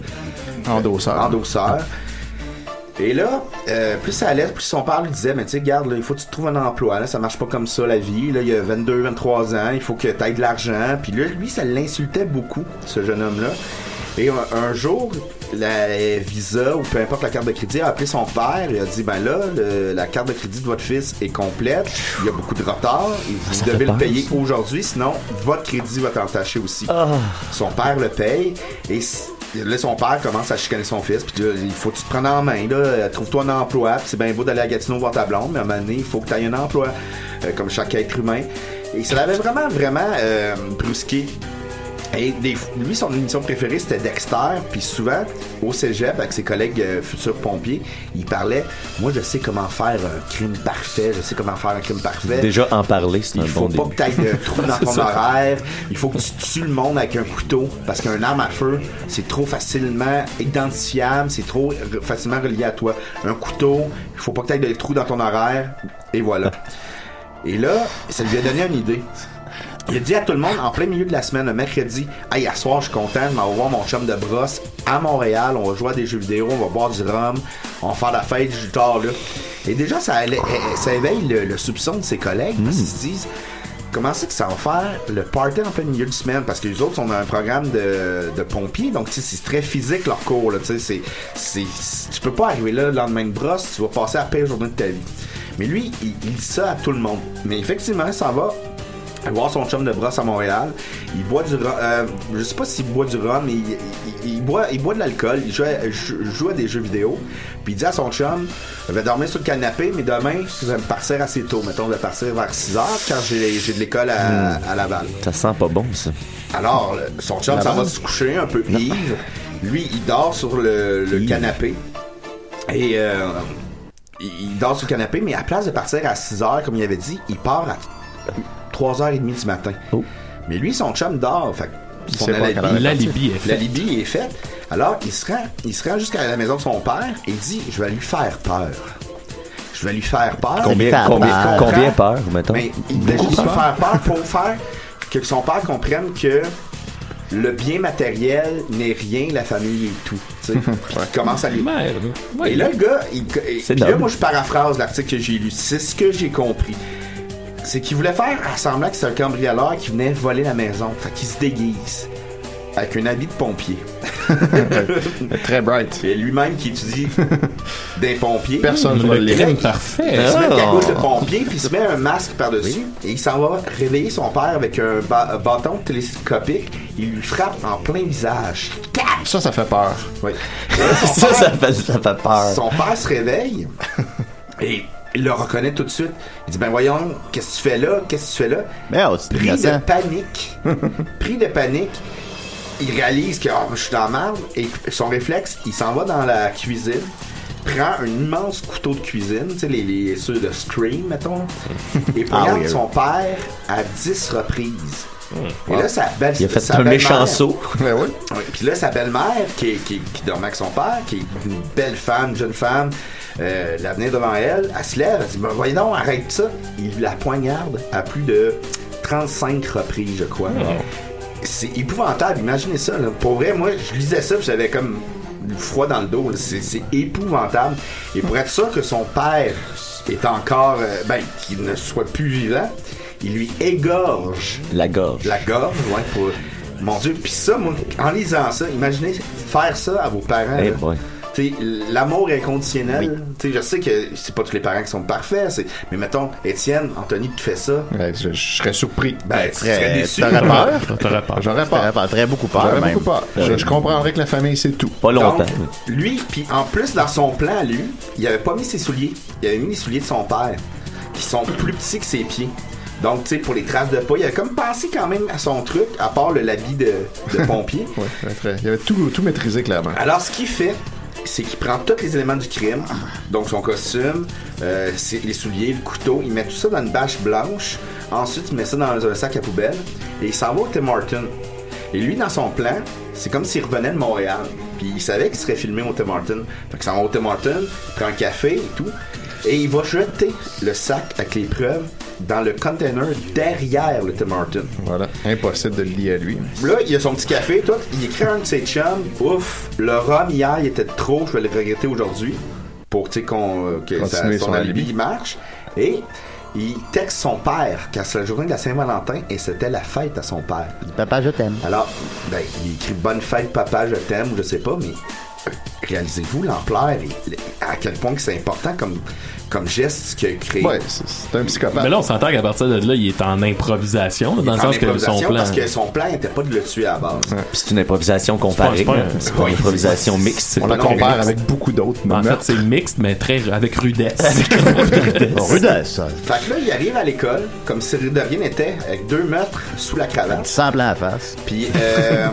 Endosseur. Endosseur. Et là, euh, plus ça allait, plus son père lui disait, mais tu sais, garde, il faut que tu te trouves un emploi, là, ça marche pas comme ça la vie, là, il a 22, 23 ans, il faut que tu de l'argent. Puis là, lui, ça l'insultait beaucoup, ce jeune homme-là. Et un, un jour, la Visa ou peu importe la carte de crédit a appelé son père et a dit, ben là, le- la carte de crédit de votre fils est complète, il y a beaucoup de retard, et vous Ah, Ça fait devez le peur, payer ça. aujourd'hui, sinon votre crédit va t'entacher aussi. Son père le paye et s- là son père commence à chicaner son fils puis là, il faut que tu te prennes en main là, euh, trouve-toi un emploi, puis c'est bien beau d'aller à Gatineau voir ta blonde, mais à un moment donné, il faut que tu ailles un emploi euh, comme chaque être humain. Et ça l'avait vraiment vraiment euh, brusqué. Et des- lui, son émission préférée, c'était Dexter. Puis souvent, au cégep, avec ses collègues euh, futurs pompiers, il parlait Moi, je sais comment faire un crime parfait. Je sais comment faire un crime parfait. Déjà en parler, c'est un Il faut bon pas que début. t'ailles de trou dans C'est ton ça. horaire. Il faut que tu tues le monde avec un couteau parce qu'un arme à feu, c'est trop facilement identifiable, c'est trop re- facilement relié à toi. Un couteau, il faut pas que t'ailles de trou dans ton horaire. Et voilà. Et là, ça lui a donné une idée. Il a dit à tout le monde en plein milieu de la semaine, le mercredi, Hey, à soir, je suis content, je m'en vais voir mon chum de brosse à Montréal, on va jouer à des jeux vidéo, on va boire du rhum, on va faire la fête du tard, là. Et déjà, ça, allait- eh, ça éveille le, le soupçon de ses collègues, parce qu'ils se disent, comment c'est que ça va faire le party en plein milieu de semaine? Parce que les autres, on a un programme de, de pompiers, donc tu sais, c'est très physique leur cours, là, tu sais, c'est- c'est- c'est- tu peux pas arriver là le lendemain de brosse, tu vas passer la pire journée de ta vie. Mais lui, il, il dit ça à tout le monde. Mais effectivement, ça va voir son chum de brosse à Montréal. Il boit du rhum. euh, je sais pas s'il boit du rhum, mais il, il- il- il boit, il boit de l'alcool. Il joue, à, jou- joue à des jeux vidéo. Puis il dit à son chum Je vais dormir sur le canapé, mais demain, je vais me partir assez tôt. Mettons, je vais partir vers 6 heures quand j'ai j'ai de l'école à, à Laval. Ça sent pas bon, ça. Alors, le- son chum s'en va Laval? se coucher un peu ivre. Lui, il dort sur le, le canapé. Et euh, il il dort sur le canapé, mais à place de partir à 6 heures, comme il avait dit, il part à 3h30 du matin. Mais lui, son chum dort. Fait que Il son sait pas alibi- quand elle est L'alibi partie. est fait. L'alibi est fait. Alors, il se rend, il se rend jusqu'à la maison de son père et il dit Je vais lui faire peur. Je vais lui faire peur. Combien, Il comprend- combien, Ah, combien peur, mettons? mais il voulait Beaucoup juste lui peur? faire peur pour faire que son père comprenne que le bien matériel n'est rien, la famille est tout. tu sais. Puis il commence à lui. Ouais. Et là, le gars, il- et- C'est puis là, noble. moi, je paraphrase l'article que j'ai lu. C'est ce que j'ai compris. C'est qu'il voulait faire semblant que c'est un cambrioleur qui venait voler la maison. Fait qu'il se déguise. Avec un habit de pompier. Très bright. Et lui-même qui étudie des pompiers. Personne ne va Le le lire. crime Parfait. Il se met une Ah. cagoule de pompier, puis il se met un masque par-dessus, et il s'en va réveiller son père avec un, ba- un bâton télescopique. Il lui frappe en plein visage. Ça, ça fait peur. Oui. ça, ça fait, ça fait peur. Son père se réveille et il le reconnaît tout de suite. Il dit Ben voyons, qu'est-ce que tu fais là Qu'est-ce que tu fais là oh, c'est Pris de intéressant. panique. Pris de panique. Il réalise que oh, je suis dans la merde et son réflexe, il s'en va dans la cuisine, prend un immense couteau de cuisine, tu sais, les, les- ceux de Scream, mettons, et Ah poignarde oui, Hmm. son père à 10 reprises. Et là, sa belle Il a fait sa un belle-mère- méchant saut. Ouais, Puis là, sa belle-mère, qui, est- qui, qui dormait avec son père, qui est une belle femme, jeune femme, euh, l'avenir devant elle, elle se lève, elle dit Ben, Voyons, donc, arrête ça. Il la poignarde à plus de 35 reprises, je crois. C'est épouvantable, imaginez ça. là. Pour vrai, moi, je lisais ça, puis j'avais comme du froid dans le dos. là. C'est c'est épouvantable. Et pour être sûr que son père est encore, euh, ben, qu'il ne soit plus vivant, il lui égorge La gorge. la gorge, ouais, pour. Mon Dieu, puis ça, moi, en lisant ça, imaginez faire ça à vos parents. Eh là. boy. T'sais, L'amour inconditionnel. T'sais, je sais que c'est pas tous les parents qui sont parfaits, c'est- mais mettons, Étienne, Anthony, tu fais ça. je, serais surpris. Ben, tu serais déçu. T'aurais peur? T'aurais peur. J'aurais peur. T'aurais beaucoup peur. J'aurais même. beaucoup peur. Je, je comprendrais que la famille, c'est tout. Pas Donc, lui, puis en plus, dans son plan, lui, il avait pas mis ses souliers. Il avait mis les souliers de son père, qui sont plus petits que ses pieds. Donc, tu sais, pour les traces de pas, il avait comme pensé quand même à son truc, à part le l'habit de, de pompier. Ouais, très- Il avait tout, tout maîtrisé, clairement. Alors, ce qu'il fait, c'est qu'il prend tous les éléments du crime, donc son costume, euh, ses- les souliers, le couteau, il met tout ça dans une bâche blanche. Ensuite, il met ça dans un sac à poubelle et il s'en va au Tim Martin. Et lui, dans son plan, c'est comme s'il revenait de Montréal. Puis il savait qu'il serait filmé au Tim Martin. Fait qu'il s'en va au Tim Martin, prend un café et tout. Et il va jeter le sac avec les preuves dans le container derrière le Tim Hortons. Voilà. Impossible de le lier à lui. Là, il a son petit café, tout. Il écrit à un de ses chums. Ouf, le rhum hier, il était trop. Je vais le regretter aujourd'hui. Pour tu sais, qu'on, euh, que sa- Continuer son son alibi alibi. marche. Et il texte son père, car c'est la journée de la Saint-Valentin et c'était la fête à son père. Papa, je t'aime. Alors, ben, il écrit Bonne fête, papa, je t'aime, ou je sais pas, mais euh, réalisez-vous l'ampleur et le- à quel point que c'est important comme, comme geste qu'il a créé. Ouais, c'est- c'est un psychopathe. Mais là, on s'entend qu'à partir de là, il est en improvisation, là, dans le En sens que son improvisation, plan. Parce que son plan n'était pas de le tuer à la base. C'est une improvisation C'est comparée. pas- là. c'est pas un- C'est pas une improvisation mixte. On la compare avec beaucoup d'autres. En fait, c'est mixte, mais très avec rudesse. Rudesse. Fait que là, il arrive à l'école, comme si de rien n'était, avec deux meurtres sous la cravate. Sans plein la face. Puis, euh,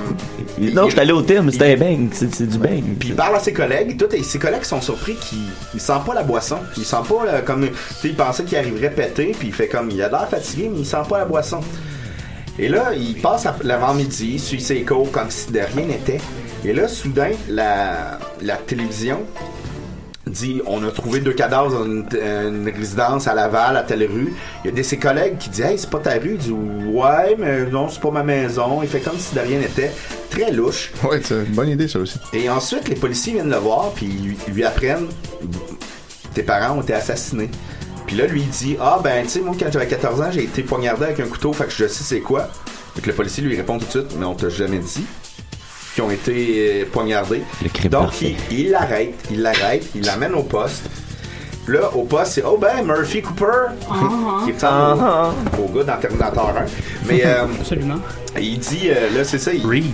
Non, je suis allé au thème, c'était un bang, c'est c'est du bang. puis il parle à ses collègues, tout, et ses collègues sont surpris qu'il il sent pas la boisson. Il sent pas euh, comme. Tu sais, il pensait qu'il arriverait pété, puis il fait comme. Il a l'air fatigué, mais il sent pas la boisson. Et là, il passe à- l'avant-midi, suit ses cours comme si de rien n'était. Et là, soudain, la, la télévision dit on a trouvé deux cadavres dans une, une résidence à Laval, à telle rue. Il y a des de ses collègues qui disent Hey, c'est pas ta rue. Il dit Ouais, mais non, c'est pas ma maison. Il fait comme si de rien n'était. Très louche. Ouais, c'est une bonne idée, ça aussi. Et ensuite, les policiers viennent le voir, puis ils lui, lui apprennent Tes parents ont été assassinés. Puis là, lui, il dit Ah, ben, tu sais, moi, quand j'avais 14 ans, j'ai été poignardé avec un couteau, fait que je sais c'est quoi. Donc le policier lui répond tout de suite Mais on t'a jamais dit qui ont été euh, poignardés. Donc, il il l'arrête, il l'arrête, il l'amène au poste. Là, au poste, c'est Oh ben, Murphy Cooper, qui ressemble au, au gars dans Terminator 1. Mais, euh, Absolument. il dit, euh, là, c'est ça. Il, Reed.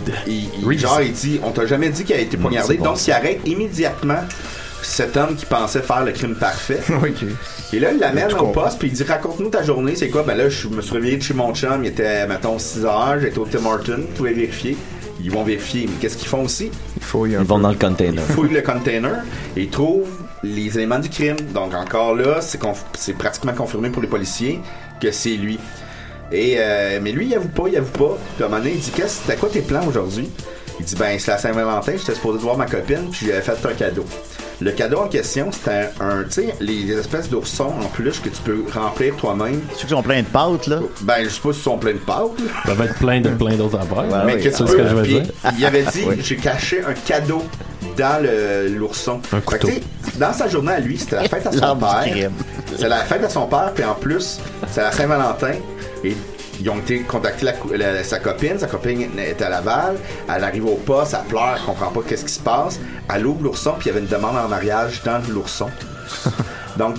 Reed. Genre, il dit On t'a jamais dit qu'il a été poignardé. c'est bon, donc, il arrête immédiatement cet homme qui pensait faire le crime parfait. Et là, il l'amène Tout au compris. poste, puis il dit Raconte-nous ta journée, c'est quoi Ben là, je me suis réveillé de chez mon chum, il était, mettons, 6 heures, j'étais au Tim Hortons, je pouvais vérifier. Ils vont vérifier, mais qu'est-ce qu'ils font aussi Ils vont dans le container. fouille le container et il trouve les éléments du crime. Donc encore là, c'est conf- c'est pratiquement confirmé pour les policiers que c'est lui. Et euh, mais lui, il avoue pas, il avoue pas. Puis à un moment donné, il dit qu'est-ce c'était quoi tes plans aujourd'hui Il dit ben c'est la Saint-Valentin, j'étais supposé de voir ma copine, puis je lui avais fait un cadeau. Le cadeau en question, c'était un, un- tu sais, les, les espèces d'oursons en peluche que tu peux remplir toi-même. Ceux qui sont pleins de pâtes, là. Ben, je sais pas s'ils sont pleins de pâtes. là. Ça va être plein de plein d'autres affaires. Mais que tu c'est peux- ce que je veux puis dire. Il avait dit Oui. j'ai caché un cadeau dans le- l'ourson. Fait que, tu sais, Dans sa journée à lui, c'était la fête à son L'arme du père. crime. C'est la fête à son père, puis en plus, c'est la Saint-Valentin. Et ils ont été contacter la cou- la- sa copine. Sa copine est à Laval. Elle arrive au poste, elle pleure, elle comprend pas qu'est-ce qui se passe. Elle ouvre l'ourson, puis il y avait une demande en mariage dans l'ourson. Donc,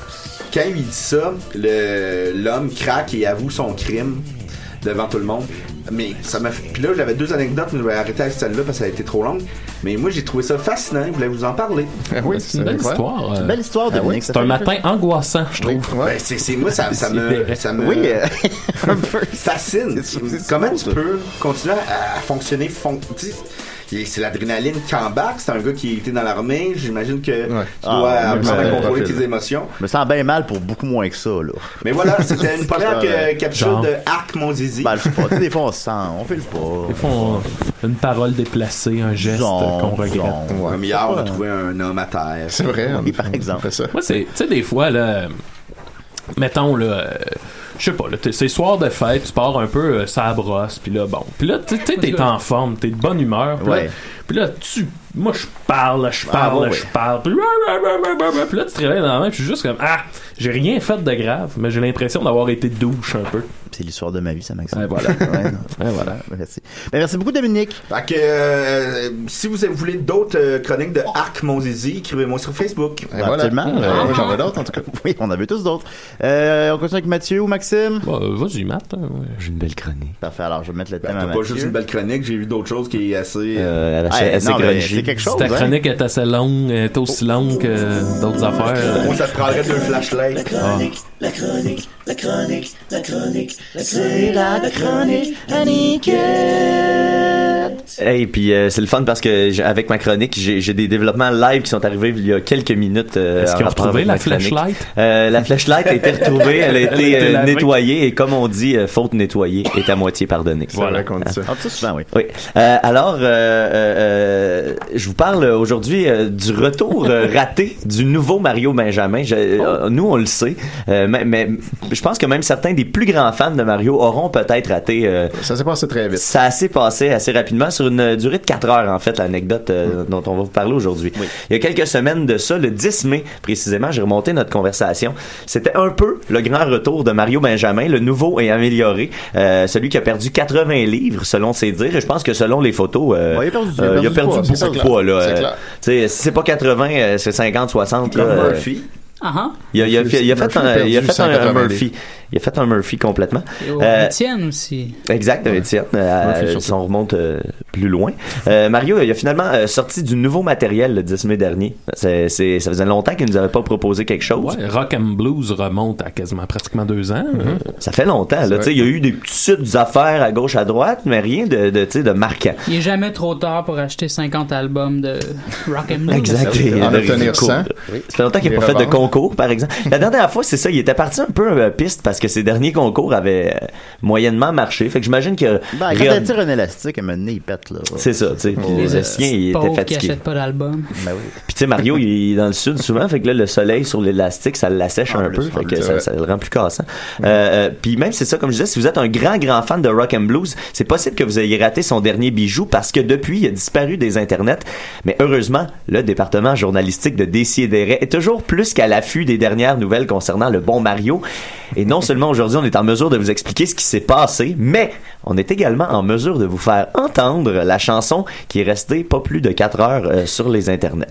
quand il dit ça, le- l'homme craque et avoue son crime devant tout le monde. Mais ça m'a. fait- Puis là, j'avais deux anecdotes, mais je vais arrêter avec celle-là parce que ça a été trop longue. Mais moi, j'ai trouvé ça fascinant. Je voulais vous en parler. oui, Ben, c'est une belle histoire. C'est euh. une belle histoire, Ah oui, Dominique, ça C'est un fait matin plaisir. angoissant, je trouve. Ben, c'est, c'est- moi, ça, ça me, ça me. Oui, euh, un peu. Fascine. Comment tu peux continuer à, à fonctionner fon- tu sais, et c'est l'adrénaline qui embarque. C'est un gars qui était dans l'armée. J'imagine que tu dois Ah, oui, apprendre à mais- contrôler profil. tes émotions. Je me sens bien mal pour beaucoup moins que ça, là. Mais voilà, c'était une première que- capture Genre. de Arc Mon Zizi. Ben, je sais pas. Tu sais, des fois, on se sent. On fait le pas. Des fois, on- une parole déplacée, un geste Genre, qu'on regrette. genre. Comme hier, on a trouvé un homme à terre. C'est vrai. Oui, par exemple. Moi, c'est. Tu sais, des fois, là. euh, Mettons, là. euh, je sais pas, là. t'es- C'est soir de fête, tu pars un peu, euh, ça brosse, puis là, bon. Puis là, tu sais, t'es en forme, t'es de bonne humeur. Puis là- Ouais. puis là, tu. Moi, je parle, je parle, Ah, ouais, je parle. Puis puis là, tu te réveilles dans la main, puis je suis juste comme. Ah, j'ai rien fait de grave, mais j'ai l'impression d'avoir été douche un peu. C'est l'histoire de ma vie, ça, Maxime. Ouais, voilà. Ouais, non. voilà. Merci. Ben, merci beaucoup, Dominique. Fait que euh, si vous voulez d'autres euh, chroniques de Arc Mon Zizi, écrivez-moi sur Facebook. Absolument. j'en ai d'autres, en tout cas. Oui, on en veut tous d'autres. Euh, on continue avec Mathieu ou Maxime Bah, Vas-y, Matt. hein, J'ai une belle chronique. Parfait, alors je vais mettre le thème à Ben, T'as pas Mathieu. juste une belle chronique, j'ai vu d'autres choses qui est assez. Euh, assez- Hey, assez non, mais grungy. c'est quelque chose, Si ta hein. chronique est assez longue, est aussi longue que d'autres affaires. euh, Moi, ça te prendrait deux flashlights. La chronique, la chronique, la chronique, la chronique, C'est la chronique à Nickel. Hey, puis euh, c'est le fun parce que j'ai- avec ma chronique, j'ai j'ai des développements live qui sont arrivés il y a quelques minutes. euh, Est-ce en qu'ils ont rapport retrouvé avec la ma chronique. flashlight? Euh, la flashlight a été retrouvée, elle a été euh, lavée. nettoyée et comme on dit, euh, faute nettoyée est à moitié pardonnée. Voilà qu'on dit ça. oui. Euh, alors, euh, euh, euh, je vous parle aujourd'hui euh, du retour euh, raté du nouveau Mario Benjamin. Je- euh, nous, on le sait, euh, mais, mais je pense que même certains des plus grands fans de Mario auront peut-être raté. euh, ça s'est passé très vite. Ça s'est passé assez rapidement sur une durée de 4 heures, en fait, l'anecdote euh, dont on va vous parler aujourd'hui. Il y a quelques semaines de ça, le 10 mai précisément, j'ai remonté notre conversation. C'était un peu le grand retour de Mario Benjamin, le nouveau et amélioré, euh, celui qui a perdu 80 livres selon ses dires. Et je pense que selon les photos, euh, Ouais, il a perdu du- euh, il a perdu il a du perdu poids, c'est beaucoup de clair. poids. Là, C'est Euh, clair. tu sais, si c'est pas 80, euh, c'est 50, 60. là, euh, Ah il a, il a fait, il a fait Murphy a un, il a perdu fait un- un 180 Murphy. Il a fait un Murphy complètement. ah. Euh, Étienne aussi. Exact, Étienne. Murphy, Euh, surtout. si on remonte euh, plus loin. Euh, Mario, il a finalement euh, sorti du nouveau matériel le 10 mai dernier. C'est- c'est- ça faisait longtemps qu'il nous avait pas proposé quelque chose. Ouais, Rock and Blues remonte à quasiment pratiquement deux ans. hein. Mm-hmm. Ça fait longtemps. C'est Là, Tu sais, il y a eu des petites affaires à gauche, à droite, mais rien de, de, tu sais, de marquant. Il est jamais trop tard pour acheter 50 albums de rock and blues. Exact. Et de concours. Ça fait longtemps qu'il n'a Les pas fait de revendre. concours, par exemple. La dernière fois, c'est ça, il était parti un peu euh, piste parce que ses derniers concours avaient euh, moyennement marché. Fait que j'imagine que... Ben, quand elle tire un élastique, à un moment donné, il pète, là. C'est ça, tu sais. puis Les Les anciens, ils étaient pauvres qui fatigués. achètent pas Ben d'album. Puis tu sais, Mario, il est dans le sud souvent, fait que là, le soleil sur l'élastique, ça l'assèche Ah, un peu, fait que plus, ça, ouais. ça le rend plus cassant. Euh, euh, puis même, c'est ça, comme je disais, si vous êtes un grand, grand fan de rock and blues, c'est possible que vous ayez raté son dernier bijou parce que depuis, il a disparu des internets. Mais heureusement, le département journalistique de Décideret est toujours plus qu'à l'affût des dernières nouvelles concernant le bon Mario. Et non seulement aujourd'hui, on est en mesure de vous expliquer ce qui s'est passé, mais on est également en mesure de vous faire entendre la chanson qui est restée pas plus de 4 heures euh, sur les internets.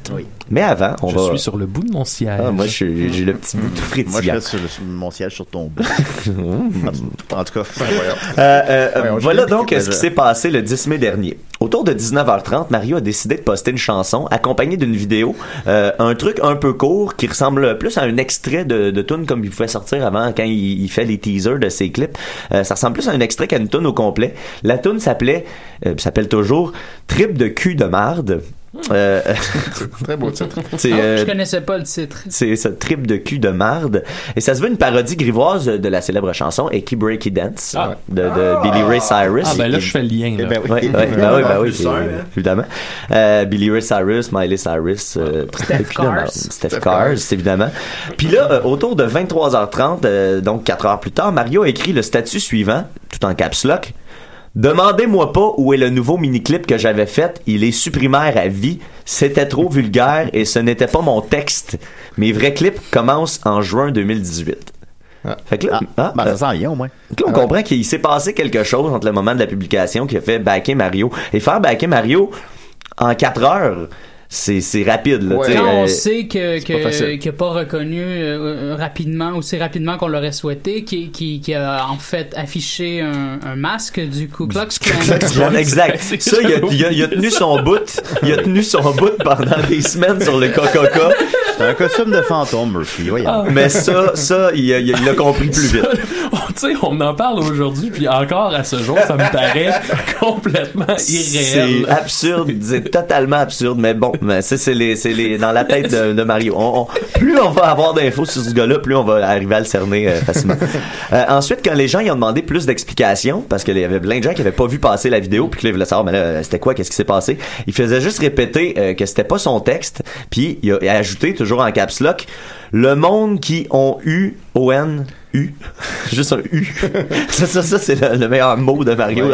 Mais avant, on Je va. suis sur le bout de mon siège. Ah, moi, je suis- j'ai le petit bout tout frétillant. Moi, je reste sur, le- sur mon siège sur ton bras. en tout cas, Euh, euh, euh, Voyons, voilà j'ai donc oublié. ce qui s'est passé le 10 mai dernier. Autour de 19h30, Mario a décidé de poster une chanson accompagnée d'une vidéo, euh, un truc un peu court qui ressemble plus à un extrait de, de tune comme il pouvait sortir avant quand il, il fait les teasers de ses clips. Euh, ça ressemble plus à un extrait qu'à une tune au complet. La tune s'appelait, euh, s'appelle toujours Trip de cul de marde. Euh, Très beau titre. c'est, Ah, euh, Je connaissais pas le titre. c'est ce trip de cul de marde. Et ça se veut une parodie grivoise de la célèbre chanson Eki Breaky Dance de, de Billy Ray Cyrus. Ah, ben là, je fais le lien, Eh là. Ben oui, Ouais, ouais, ouais. ben oui, ben oui, Plus un, euh, hein. évidemment. Euh, Billy Ray Cyrus, Miley Cyrus, euh, trip de cul de Cars. marde. Steph Cars, évidemment. Puis là, euh, autour de 23h30, euh, donc 4 heures plus tard, Mario a écrit le statut suivant, tout en caps lock. Demandez-moi pas où est le nouveau mini-clip que j'avais fait. Il est supprimaire à vie. C'était trop vulgaire et ce n'était pas mon texte. Mes vrais clips commencent en juin 2018. Fait que là, ah, euh, ben, ça sent rien, au moins. donc là, on comprend qu'il s'est passé quelque chose entre le moment de la publication qui a fait backer Mario. Et faire backer Mario en 4 heures, c'est c'est rapide. Là, tu sais, Quand euh, on sait que, pas facile. que, qu'il a pas reconnu euh, euh, rapidement, aussi rapidement qu'on l'aurait souhaité, qui, qui, qui a en fait affiché un, un masque du Ku Klux Klan. exact. Ça, il a, il a- il a tenu son bout. Il a tenu son bout pendant des semaines sur le Coca-Cola. C'est un costume de fantôme, Murphy, voyons. Mais ça, ça, il a- il a- il l'a compris plus vite. Tu sais, on en parle aujourd'hui, puis encore à ce jour, ça me paraît complètement irréel. C'est absurde, c'est totalement absurde, mais bon, mais ça, c'est les, c'est les, dans la tête de, de Mario. On- on- plus on va avoir d'infos sur ce gars-là, plus on va arriver à le cerner euh, facilement. Euh, ensuite, quand les gens y ont demandé plus d'explications, parce qu'il y avait plein de gens qui n'avaient pas vu passer la vidéo, puis qui voulaient savoir, mais là, euh, c'était quoi, qu'est-ce qui s'est passé, il faisait juste répéter euh, que c'était pas son texte, puis il a, il a ajouté, toujours en caps lock, le monde qui ont eu ON. U. Juste un U. ça, ça, ça, c'est le, le meilleur mot de Mario.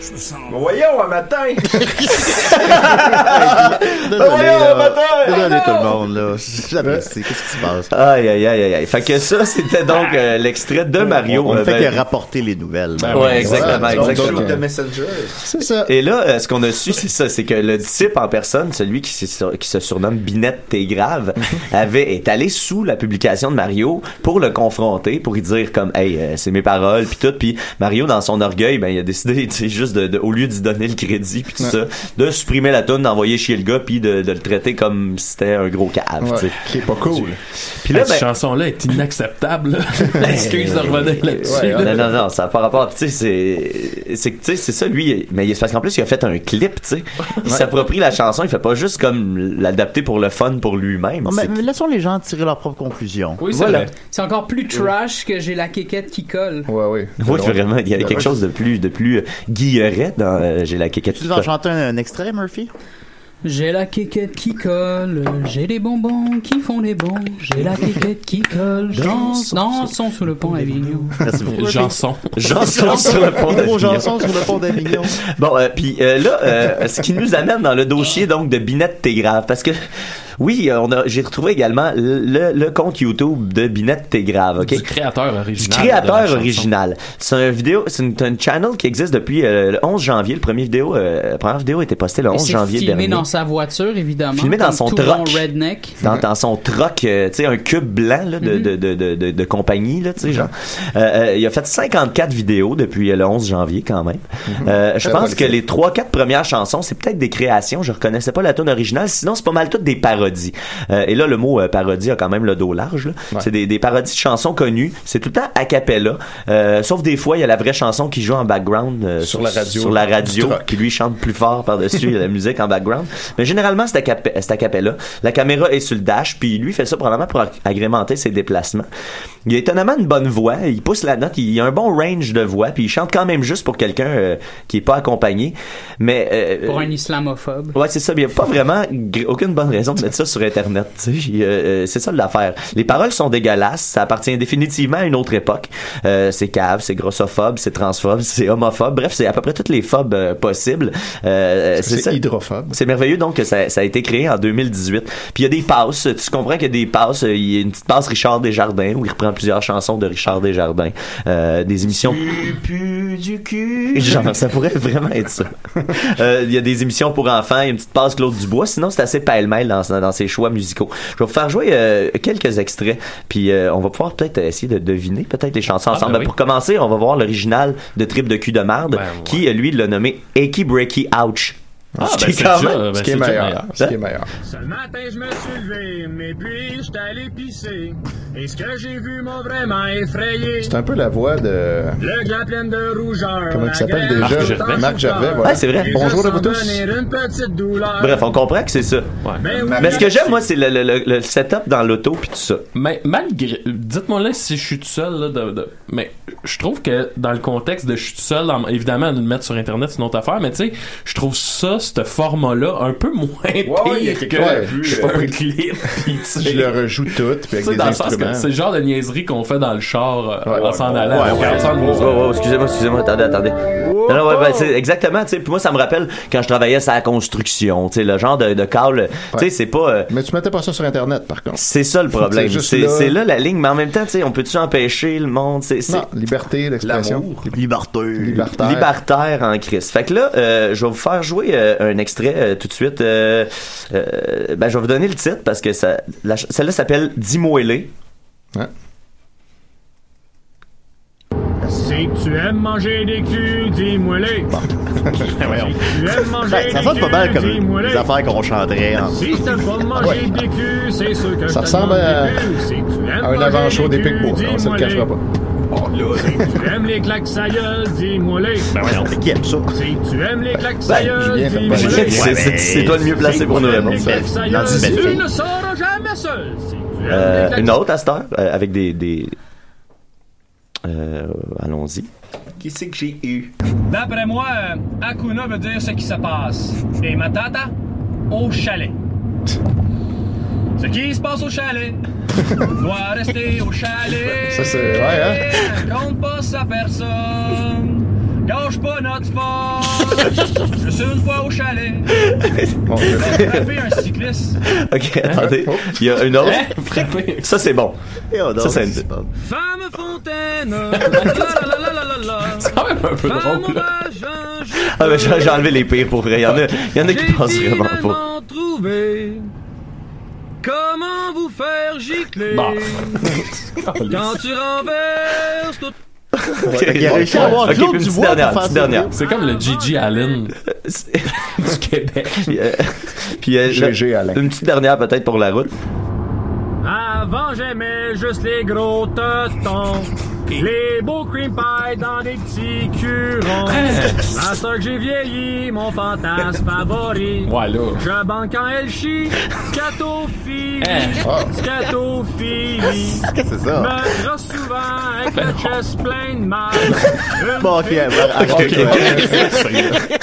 Je me sens Voyons, un matin! voyons, là. matin! Désolé, tout le monde, là. J'apprécie. Qu'est-ce qui se passe? Aïe, aïe, aïe, aïe, aïe. Fait que ça, c'était donc euh, l'extrait de Mario. On ne Euh, fait ben- que rapporter les nouvelles. Ben ouais, exactement, Ah, exactement. Messenger. C'est ça. Et là, euh, ce qu'on a su, c'est ça, c'est que le disciple en personne, celui qui, se sur- qui se surnomme Binette Tégrave, avait est allé sous la publication de Mario pour le confronter, pour lui dire comme, hey, euh, c'est mes paroles, puis tout. Puis Mario, dans son orgueil, ben il a décidé, tu sais, juste de, de- au lieu d'y donner le crédit, puis tout Ouais. ça, de supprimer la tonne, d'envoyer chier le gars, puis de, de le traiter comme comme si c'était un gros cave. tu sais. Qui est pas cool. Puis là, ben- cette chanson-là est inacceptable. là. Excuse de revenir là-dessus. Ouais, là. non, non, non, ça n'a pas rapport. Tu sais, c'est, c'est, que, tu sais, c'est ça, lui. Mais il- c'est parce qu'en plus, il a fait un clip, tu sais. Il s'approprie la chanson, il fait pas juste comme l'adapter pour le fun pour lui-même. Bon, c'est- mais- mais laissons les gens tirer leurs propres conclusions. Voilà. C'est encore plus trash que j'ai la quéquette qui colle. Ouais, ouais. Oui, vraiment, il y avait quelque chose de plus, de plus euh, guilleret dans euh, J'ai la quéquette. Tu veux en chanter un, un extrait, Murphy? J'ai la quéquette qui colle, j'ai des bonbons qui font des bons, j'ai la quéquette qui colle, Janson- Janson sous le pont Avignon. Merci beaucoup. Janson. Janson sur le pont Gros d'Avignon. Janson sur le pont d'Avignon. Bon, euh, puis euh, là, euh, ce qui nous amène dans le dossier donc de Binette Tégrave, parce que oui, euh, on a, j'ai retrouvé également le, le compte YouTube de Binette Tégrave, ok? Du créateur original. Du de la créateur chanson. original. C'est un vidéo, c'est une, un channel qui existe depuis euh, le 11 janvier. Le premier vidéo, euh, la première vidéo a été postée le Et 11 c'est janvier filmé dernier. dans sa voiture, évidemment. Filmé dans comme son tout truck. bon redneck. Dans, dans son troc, euh, tu sais, un cube blanc là, de, de, de, de, de- de compagnie, là, tu sais, genre. Euh, euh, il a fait 54 vidéos depuis euh, le 11 janvier, quand même. Euh, je Très pense que prolifique. les 3-4 premières chansons, c'est peut-être des créations. Je reconnaissais pas la tune originale. Sinon, c'est pas mal toutes des parodies. Euh, et là, le mot euh, parodie a quand même le dos large. là. C'est des, des parodies de chansons connues. C'est tout le temps a cappella. Euh, sauf des fois, il y a la vraie chanson qui joue en background euh, Sur la radio. Sur la radio, Du troc. qui lui chante plus fort par-dessus. il y a la musique en background. Mais généralement, c'est à cap- c'est à cappella. La caméra est sur le dash, puis lui fait ça probablement pour ag- agrémenter ses déplacements. Il a étonnamment une bonne voix. Il pousse la note. Il a un bon range de voix, puis il chante quand même juste pour quelqu'un euh, qui est pas accompagné. Mais euh, Pour un islamophobe. Ouais, c'est ça. Mais il n'y a pas vraiment gr- aucune bonne raison de mettre ça sur Internet. tu sais. Il, euh, euh, c'est ça l'affaire. Les paroles sont dégueulasses. Ça appartient définitivement à une autre époque. Euh, c'est cave, c'est grossophobe, c'est transphobe, c'est homophobe. Bref, c'est à peu près toutes les phobes euh, possibles. Euh, que c'est ça. C'est merveilleux donc que ça, ça a été créé en 2018. Puis il y a des passes. Tu comprends qu'il y a des passes. euh, Il y a une petite passe Richard Desjardins où il reprend plusieurs chansons de Richard Desjardins. Euh, des émissions... Plus du cul. Genre, ça pourrait vraiment être ça. Euh, Il y a des émissions pour enfants, il y a une petite passe Claude Dubois. Sinon, c'est assez pêle-mêle dans, dans ses choix musicaux. Je vais vous faire jouer euh, quelques extraits, puis euh, on va pouvoir peut-être essayer de deviner peut-être les chansons Ah, ensemble. ben Mais oui. Ben, Pour commencer, on va voir l'original de Trip de cul de marde, qui, euh, lui, l'a nommé Achy Breaky Ouch. Ah, Ce ben, qui est c'est quand déjà- même- ben, Ce qui est c'est déjà meilleur. meilleur. Hein? Ce matin, je me suis levé, mais puis j'étais allé pisser. Et ce que j'ai vu m'a vraiment effrayé. C'est un peu la voix de. Le gland plein de rougeur. Comment il la s'appelle gueule déjà? tout en Marc Gervais, sueur. voilà. Ouais, c'est vrai. Et Bonjour je à vous sens tous. venir une petite douleur. Bref, on comprend que c'est ça. Ben oui. Mais ce que j'aime, moi, c'est le, le- le- le setup dans l'auto, puis tout ça. Mais malgré. Dites-moi là si je suis tout seul. Là, de- de- mais je trouve que dans le contexte de je suis tout seul, dans- évidemment, de le mettre sur Internet, c'est une autre affaire. Mais tu sais, je trouve ça, ce format-là, un peu moins ouais, il y a pire quelque que chose de plus, je fais euh, un clip. puis tu sais. Je le rejoue tout, puis Tu avec sais, des dans le sens que instruments. c'est le genre de niaiserie qu'on fait dans le char euh, en s'en allant. Ouais, ouais. On regarde ça en Oh, gros. oh, oh, excusez-moi, excusez-moi, attendez, attendez. Non, non, ouais, ben, c'est exactement, tu sais, puis moi, ça me rappelle quand je travaillais sur la construction, tu sais, le genre de, de call, tu sais, c'est pas... euh, Mais tu mettais pas ça sur Internet, par contre. c'est ça le problème. C'est juste C'est là. c'est là. la ligne, mais en même temps, tu sais, on peut-tu empêcher le monde? C'est c'est- Non, liberté d'expression. Liberté. Libertaire. libertaire en crise. Fait que là, euh, je vais vous faire jouer euh, un extrait euh, tout de suite. Euh, euh, ben, je vais vous donner le titre parce que ça, la ch- celle-là s'appelle Dimoélé. Si tu aimes manger des culs, dis-moi-les. Si tu aimes manger Ben, ça des sonne pas mal culs, comme dis-moi-les. les affaires qu'on chanterait. hein. Si t'aimes pas manger des culs, c'est sûr Ça que je te ressemble demande à- des culs. Si tu aimes À un manger avant-show des culs, Picbois, on se le dis-moi-les. cachera pas. Si tu aimes les claques sa gueule, dis-moi les. Ben voyons, c'est qui aime ça? Si tu aimes les claques sa gueule, Julien, dis-moi Ah, les. ben, c'est- c'est- c'est toi le mieux placé pour nous répondre. Si tu Ben, aimes les claques sa Non, c'est gueule, belle tu fille. ne seras jamais seul. Si tu aimes Euh, les claques- une autre à cette heure, euh, avec des... des- euh, Allons-y. Qui c'est que j'ai eu? D'après moi, euh, Hakuna veut dire ce qui se passe. Des matatas au chalet. Ce qui se passe au chalet doit rester au chalet. Ça, c'est- ouais, Compte pas sa personne. Gâche pas notre force. Juste une fois au chalet. Mon Dieu. Attraper un cycliste. Ok, Hein? attendez. Il y a une autre. Ça, c'est bon. non, Ça, c'est c'est une... Femme fontaine. La, la, la, la, la, la. C'est quand même un peu drôle. là. Ah, ben, j'ai j'ai enlevé les pires pour vrai. Il y en a, il y en a qui pensent vraiment pas. Finalement trouvé comment vous faire gicler Bah. Bon. quand tu renverses tout. Ok, il a réussi à avoir Ok, Claude puis une petite Dubois pour dernière, faire petite ça. dernière. C'est comme le Gigi Allen C'est- du Québec. Euh, Puis euh, GG, là, Alain. une petite dernière peut-être pour la route. Avant, j'aimais juste les gros totons. Les beaux cream pie dans des petits curons. Ah. Master que j'ai vieilli, mon fantasme favori. Ouais, là. Je banque en elle chie. Scatophilie. Eh. Scatophilie. Qu'est-ce que c'est ça? Ben, Me grosse souvent avec la chest plein de mal. Une ben, Bon, ok, fille- voilà, ok, ok.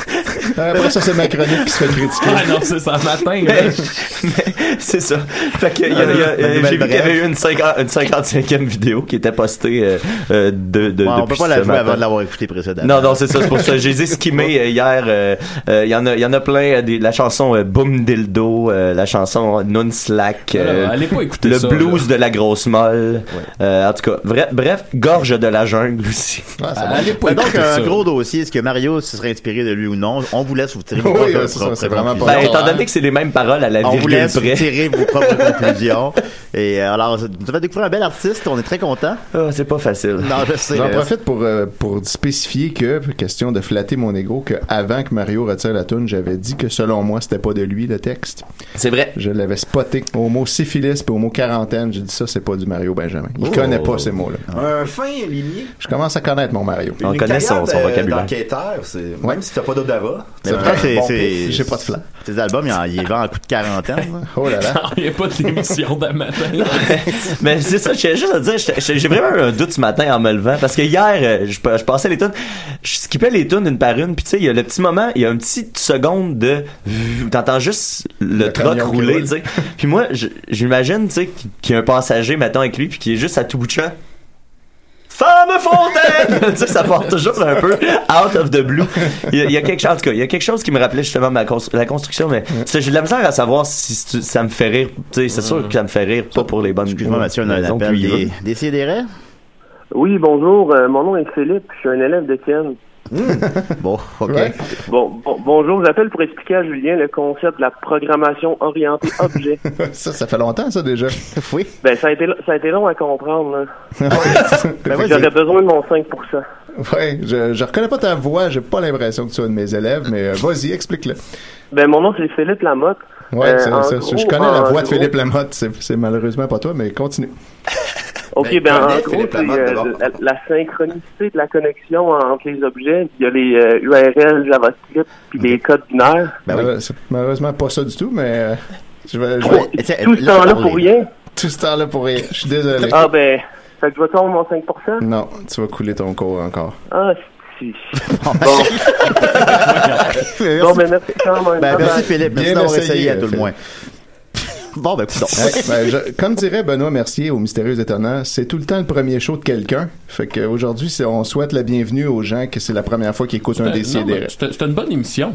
Euh, Après ça, c'est ma chronique qui se fait critiquer. Ah non, c'est ça, matin. Mais- c'est ça. Fait que, il y Ah, a- il Une y a- nouvelle j'ai vu qu'il y brève. avait eu une, 50 une 55e vidéo qui était postée euh, euh, de, de Ouais, on depuis peut pas la ce jouer matin. avant de l'avoir écouté précédemment. ben, Non, non, c'est ça, c'est pour ça. J'ai les ai skimmés, euh, hier. euh, euh, Il y, en a- il y en a plein. euh, des- la chanson euh, Boom Dildo, euh, la chanson Non Slack. euh, Alors, Ah, allez pas écouter Le ça, blues de la grosse molle. Euh, en tout cas, vrai- bref, Gorge de la jungle aussi. Ben donc, un gros dossier, est-ce que Mario se serait inspiré de lui ou non? On vous laisse vous tirer Oui, vos propres c'est ça, propres c'est vraiment pas conclusions. Ben, étant donné que c'est les mêmes paroles à la On vous virgule laisse près. tirer vos propres conclusions. Et euh, alors, vous avez découvert un bel artiste, on est très content. Ah, c'est pas facile. Non, je sais. J'en là. profite pour, euh, pour spécifier que, question de flatter mon ego, que avant que Mario retire la toune, j'avais dit que selon moi, c'était pas de lui le texte. C'est vrai. Je l'avais spoté. Au mot syphilis puis au mot quarantaine, j'ai dit ça, c'est pas du Mario Benjamin. Il Oh. connaît pas ces mots-là. Un fin limier. Je commence à connaître mon Mario. Une carrière de- ben, d'enquêteur, c'est- même si t'as pas d'odara. Mais t'as pourtant, un c'est- bon c'est- pitch. J'ai pas de flan. Tes albums, il en- il est vend en coup de quarantaine. là. Oh là là. Il n'y a pas d'émission d'un matin. Mais c'est ça, j'ai juste à dire, j'étais- j'ai j'ai vraiment eu un doute ce matin en me levant parce que hier, euh, je, pa- je passais les tunes, je skippais les tunes une par une, puis tu sais, il y a le petit moment, il y a une petite seconde de, t'entends juste le, truck camion qui rouler, roule. tu sais. Puis moi, je- j'imagine, tu sais, qu'il y a un passager maintenant avec lui, puis qui est juste à tout bout de champ. Femme fontaine! tu sais, ça part toujours un peu out of the blue. Il y a, il y a quelque chose, en tout cas, il y a quelque chose qui me rappelait justement ma cons- la construction, mais tu sais, j'ai de la misère à savoir si tu- ça me fait rire. Tu sais, c'est sûr que ça me fait rire, pas pour les bonnes Excuse-moi, Mathieu, on a un raisons appel. qu'il y Des, veut. des sidérés? Oui, bonjour. euh, mon nom est Philippe. Je suis un élève de Ken. Hmm. Bon, OK. Bon, bon- bonjour. J'appelle pour expliquer à Julien le concept de la programmation orientée objet. Ça, ça fait longtemps, ça, déjà. oui. ben, ça a été, ça a été long à comprendre. là. Ben oui, J'aurais c'est- besoin de mon 5%. Ouais, je, je reconnais pas ta voix, j'ai pas l'impression que tu sois un de mes élèves, mais euh, vas-y, explique-le. Ben, mon nom, c'est Philippe Lamotte. Ouais, Euh, c'est- en c'est- gros, je connais la en voix de gros- Philippe Lamotte, c'est c'est malheureusement pas toi, mais continue. OK, ben, Ben, en connais gros, Philippe c'est Lamotte, euh, d'abord. la, la synchronicité de la connexion entre les objets. Il y a les euh, URL, JavaScript, puis les codes binaires. Malheure- c'est malheureusement pas ça du tout, mais euh, je vais. je Ouais, vais- tout ce temps-là pour rien. Tout ce temps-là pour rien. Je suis désolé. Ah, ben, fait que je vais tomber mon 5%. Non, tu vas couler ton cours encore. Ah, si. bon. Bon, ben, merci quand même. Ben, Bye-bye. merci Philippe, merci Bien d'avoir essayé, essayé à tout le Philippe. moins. Bon, ben, coudonc. Ouais, ben, je- comme dirait Benoît Mercier au Mystérieux Étonnant, c'est tout le temps le premier show de quelqu'un. Fait qu'aujourd'hui, on souhaite la bienvenue aux gens que c'est la première fois qu'ils écoutent un Non, mais décidé. C'était c'était une bonne émission.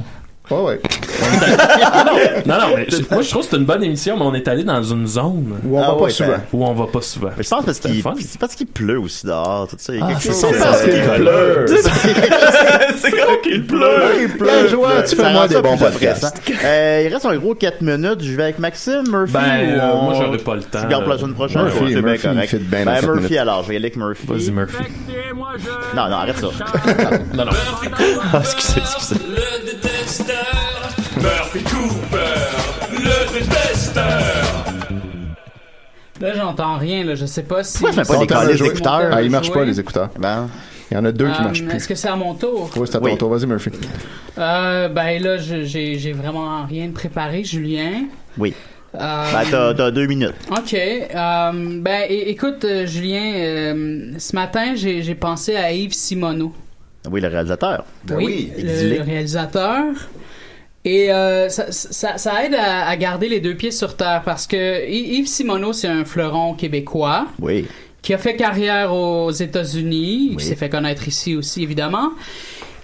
Ouais, ouais. Non, Ah non, mais je- moi je trouve que c'est une bonne émission, mais on est allé dans une zone où on Ah va pas ouais, souvent. ben. Où on va pas souvent. Mais je pense parce C'était qu'il fun. c'est parce qu'il pleut aussi dehors, tout ça. Il y a Ah, quelque c'est chose ça, de- parce qu'il de- pleut. C'est quand qu'il pleure. Il pleut. La joie, tu Ça fais-moi rend des ça bons plus podcasts. intéressant. Euh, il reste un gros 4 minutes. Je vais avec Maxime, Murphy. Ben, ou euh, on- moi, j'aurais pas le temps, Tu gardes pour la là. semaine prochaine. Murphy, ouais, c'est bien Murphy, il correct. fit bien dans Ben, sept Murphy, minutes. alors. Je vais y aller avec Murphy. Vas-y, Murphy. Non, non, arrête ça. Non, non. Ah, excusez, excusez. Le détesteur. Murphy Cooper. Le détesteur. Là, j'entends rien, là. Je sais pas si. Pourquoi je mets pas Ils des sont en train de câlisses jouer. d'écouteurs? Ah, ils marchent pas, Jouer. les écouteurs. Il y en a deux qui Euh, marchent Est-ce plus. que c'est à mon tour? Oui, c'est à ton Oui. tour. Vas-y, Murphy. Euh, ben là, je- j'ai j'ai vraiment rien de préparé, Julien. Oui. Euh, Ben, t'as- t'as deux minutes. Ok. euh, ben, é- écoute, euh, Julien, euh, ce matin, j'ai j'ai pensé à Yves Simoneau. Oui, le réalisateur. le, Exilé. le réalisateur. Et euh, ça, ça- ça aide à, à garder les deux pieds sur terre parce que Y- Yves Simoneau, c'est un fleuron québécois Oui. qui a fait carrière aux États-Unis, qui s'est fait connaître ici aussi, évidemment.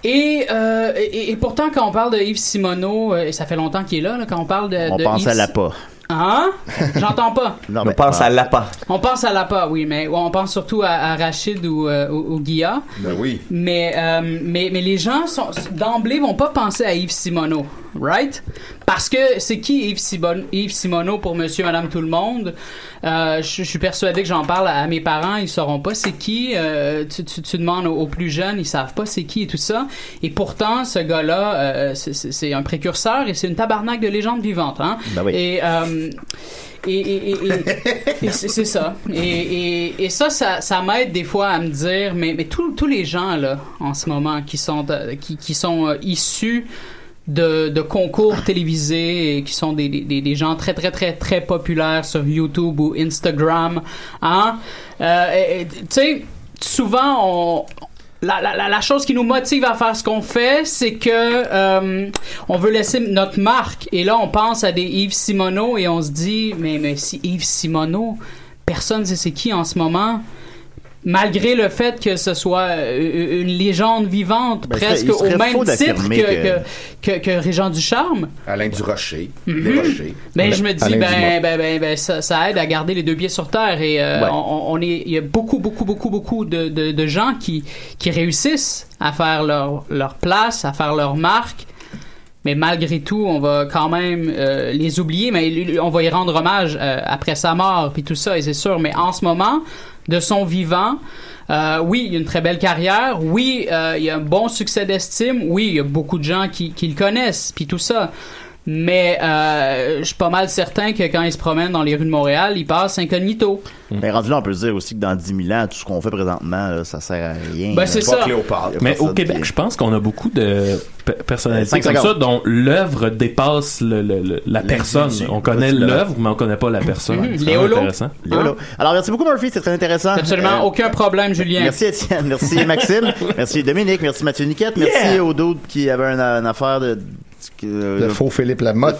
Et, euh, et, et pourtant, quand on parle de Yves Simoneau, euh, et ça fait longtemps qu'il est là, là, quand on parle Euh, de. On de pense Yves- à l'APA. Hein? J'entends pas. Non, On ben, pense à l'appât. On pense à l'APA, oui, mais on pense surtout à, à Rachid ou, euh, ou, ou Guilla. Ben oui. Mais, euh, mais, mais les gens sont, d'emblée vont pas penser à Yves Simoneau, right? Parce que c'est qui Yves, Simon- Yves Simoneau pour Monsieur, Madame, tout le monde Euh, Je je suis persuadé que j'en parle à, à mes parents, ils sauront pas c'est qui. Euh, tu, tu- tu demandes aux, aux plus jeunes, ils savent pas c'est qui et tout ça. Et pourtant, ce gars-là, euh, c'est- c'est c'est un précurseur et c'est une tabarnak de légende vivante. Hein? Ben oui. Et, euh, et, et- et- et- et c'est c'est ça. Et, et- et ça, ça, ça m'aide des fois à me dire, mais, mais tous tous les gens là, en ce moment, qui sont, euh, qui, qui sont euh, issus de, de concours télévisés et qui sont des, des- des, des gens très très très très populaires sur YouTube ou Instagram, hein, Euh, et- et, tu sais, souvent on la, la, la, la chose qui nous motive à faire ce qu'on fait, c'est que euh, on veut laisser notre marque. Et là, on pense à des Yves Simoneau et on se dit, mais, mais si Yves Simoneau, personne ne sait c'est qui en ce moment. Malgré le fait que ce soit euh, une légende vivante, Ben, il presque serait- il serait au même faux titre que, d'affirmer que, que, que Régent Ducharme, Alain Durocher. Mhm. Desrochers. ben, je me dis, Alain Dumas. ben, ben, ben, ben, ça, ça aide à garder les deux pieds sur terre et euh, Ouais. on, on est, il y a beaucoup, beaucoup, beaucoup, beaucoup de, de, de gens qui, qui réussissent à faire leur, leur place, à faire leur marque. Mais malgré tout, on va quand même euh, les oublier, mais il- on va y rendre hommage euh, après sa mort, puis tout ça, et c'est sûr. Mais en ce moment, de son vivant, euh, oui, il a une très belle carrière, oui, euh, il a un bon succès d'estime, oui, il y a beaucoup de gens qui, qui le connaissent, puis tout ça. Mais euh, je suis pas mal certain que quand il se promène dans les rues de Montréal, il passe incognito. Mais rendu là, on peut se dire aussi que dans 10 000 ans, tout ce qu'on fait présentement, là, ça sert à rien. Ben, c'est ça. Mais au Québec, je pense qu'on a beaucoup de pe- personnalités Cinq comme ça secondes. dont l'œuvre dépasse le- le- le- la personne. On connaît Absolument. l'œuvre, mais on connaît pas la personne. Mhm. C'est Léolo. vraiment intéressant. Léolo. Alors, merci beaucoup, Murphy. C'était très intéressant. Absolument Euh, aucun problème, Julien. Merci Étienne, merci Maxime, merci Dominique, merci Mathieu Niquette, merci Yeah! aux d'autres qui avaient une, une affaire de... Le faux Philippe Lamotte.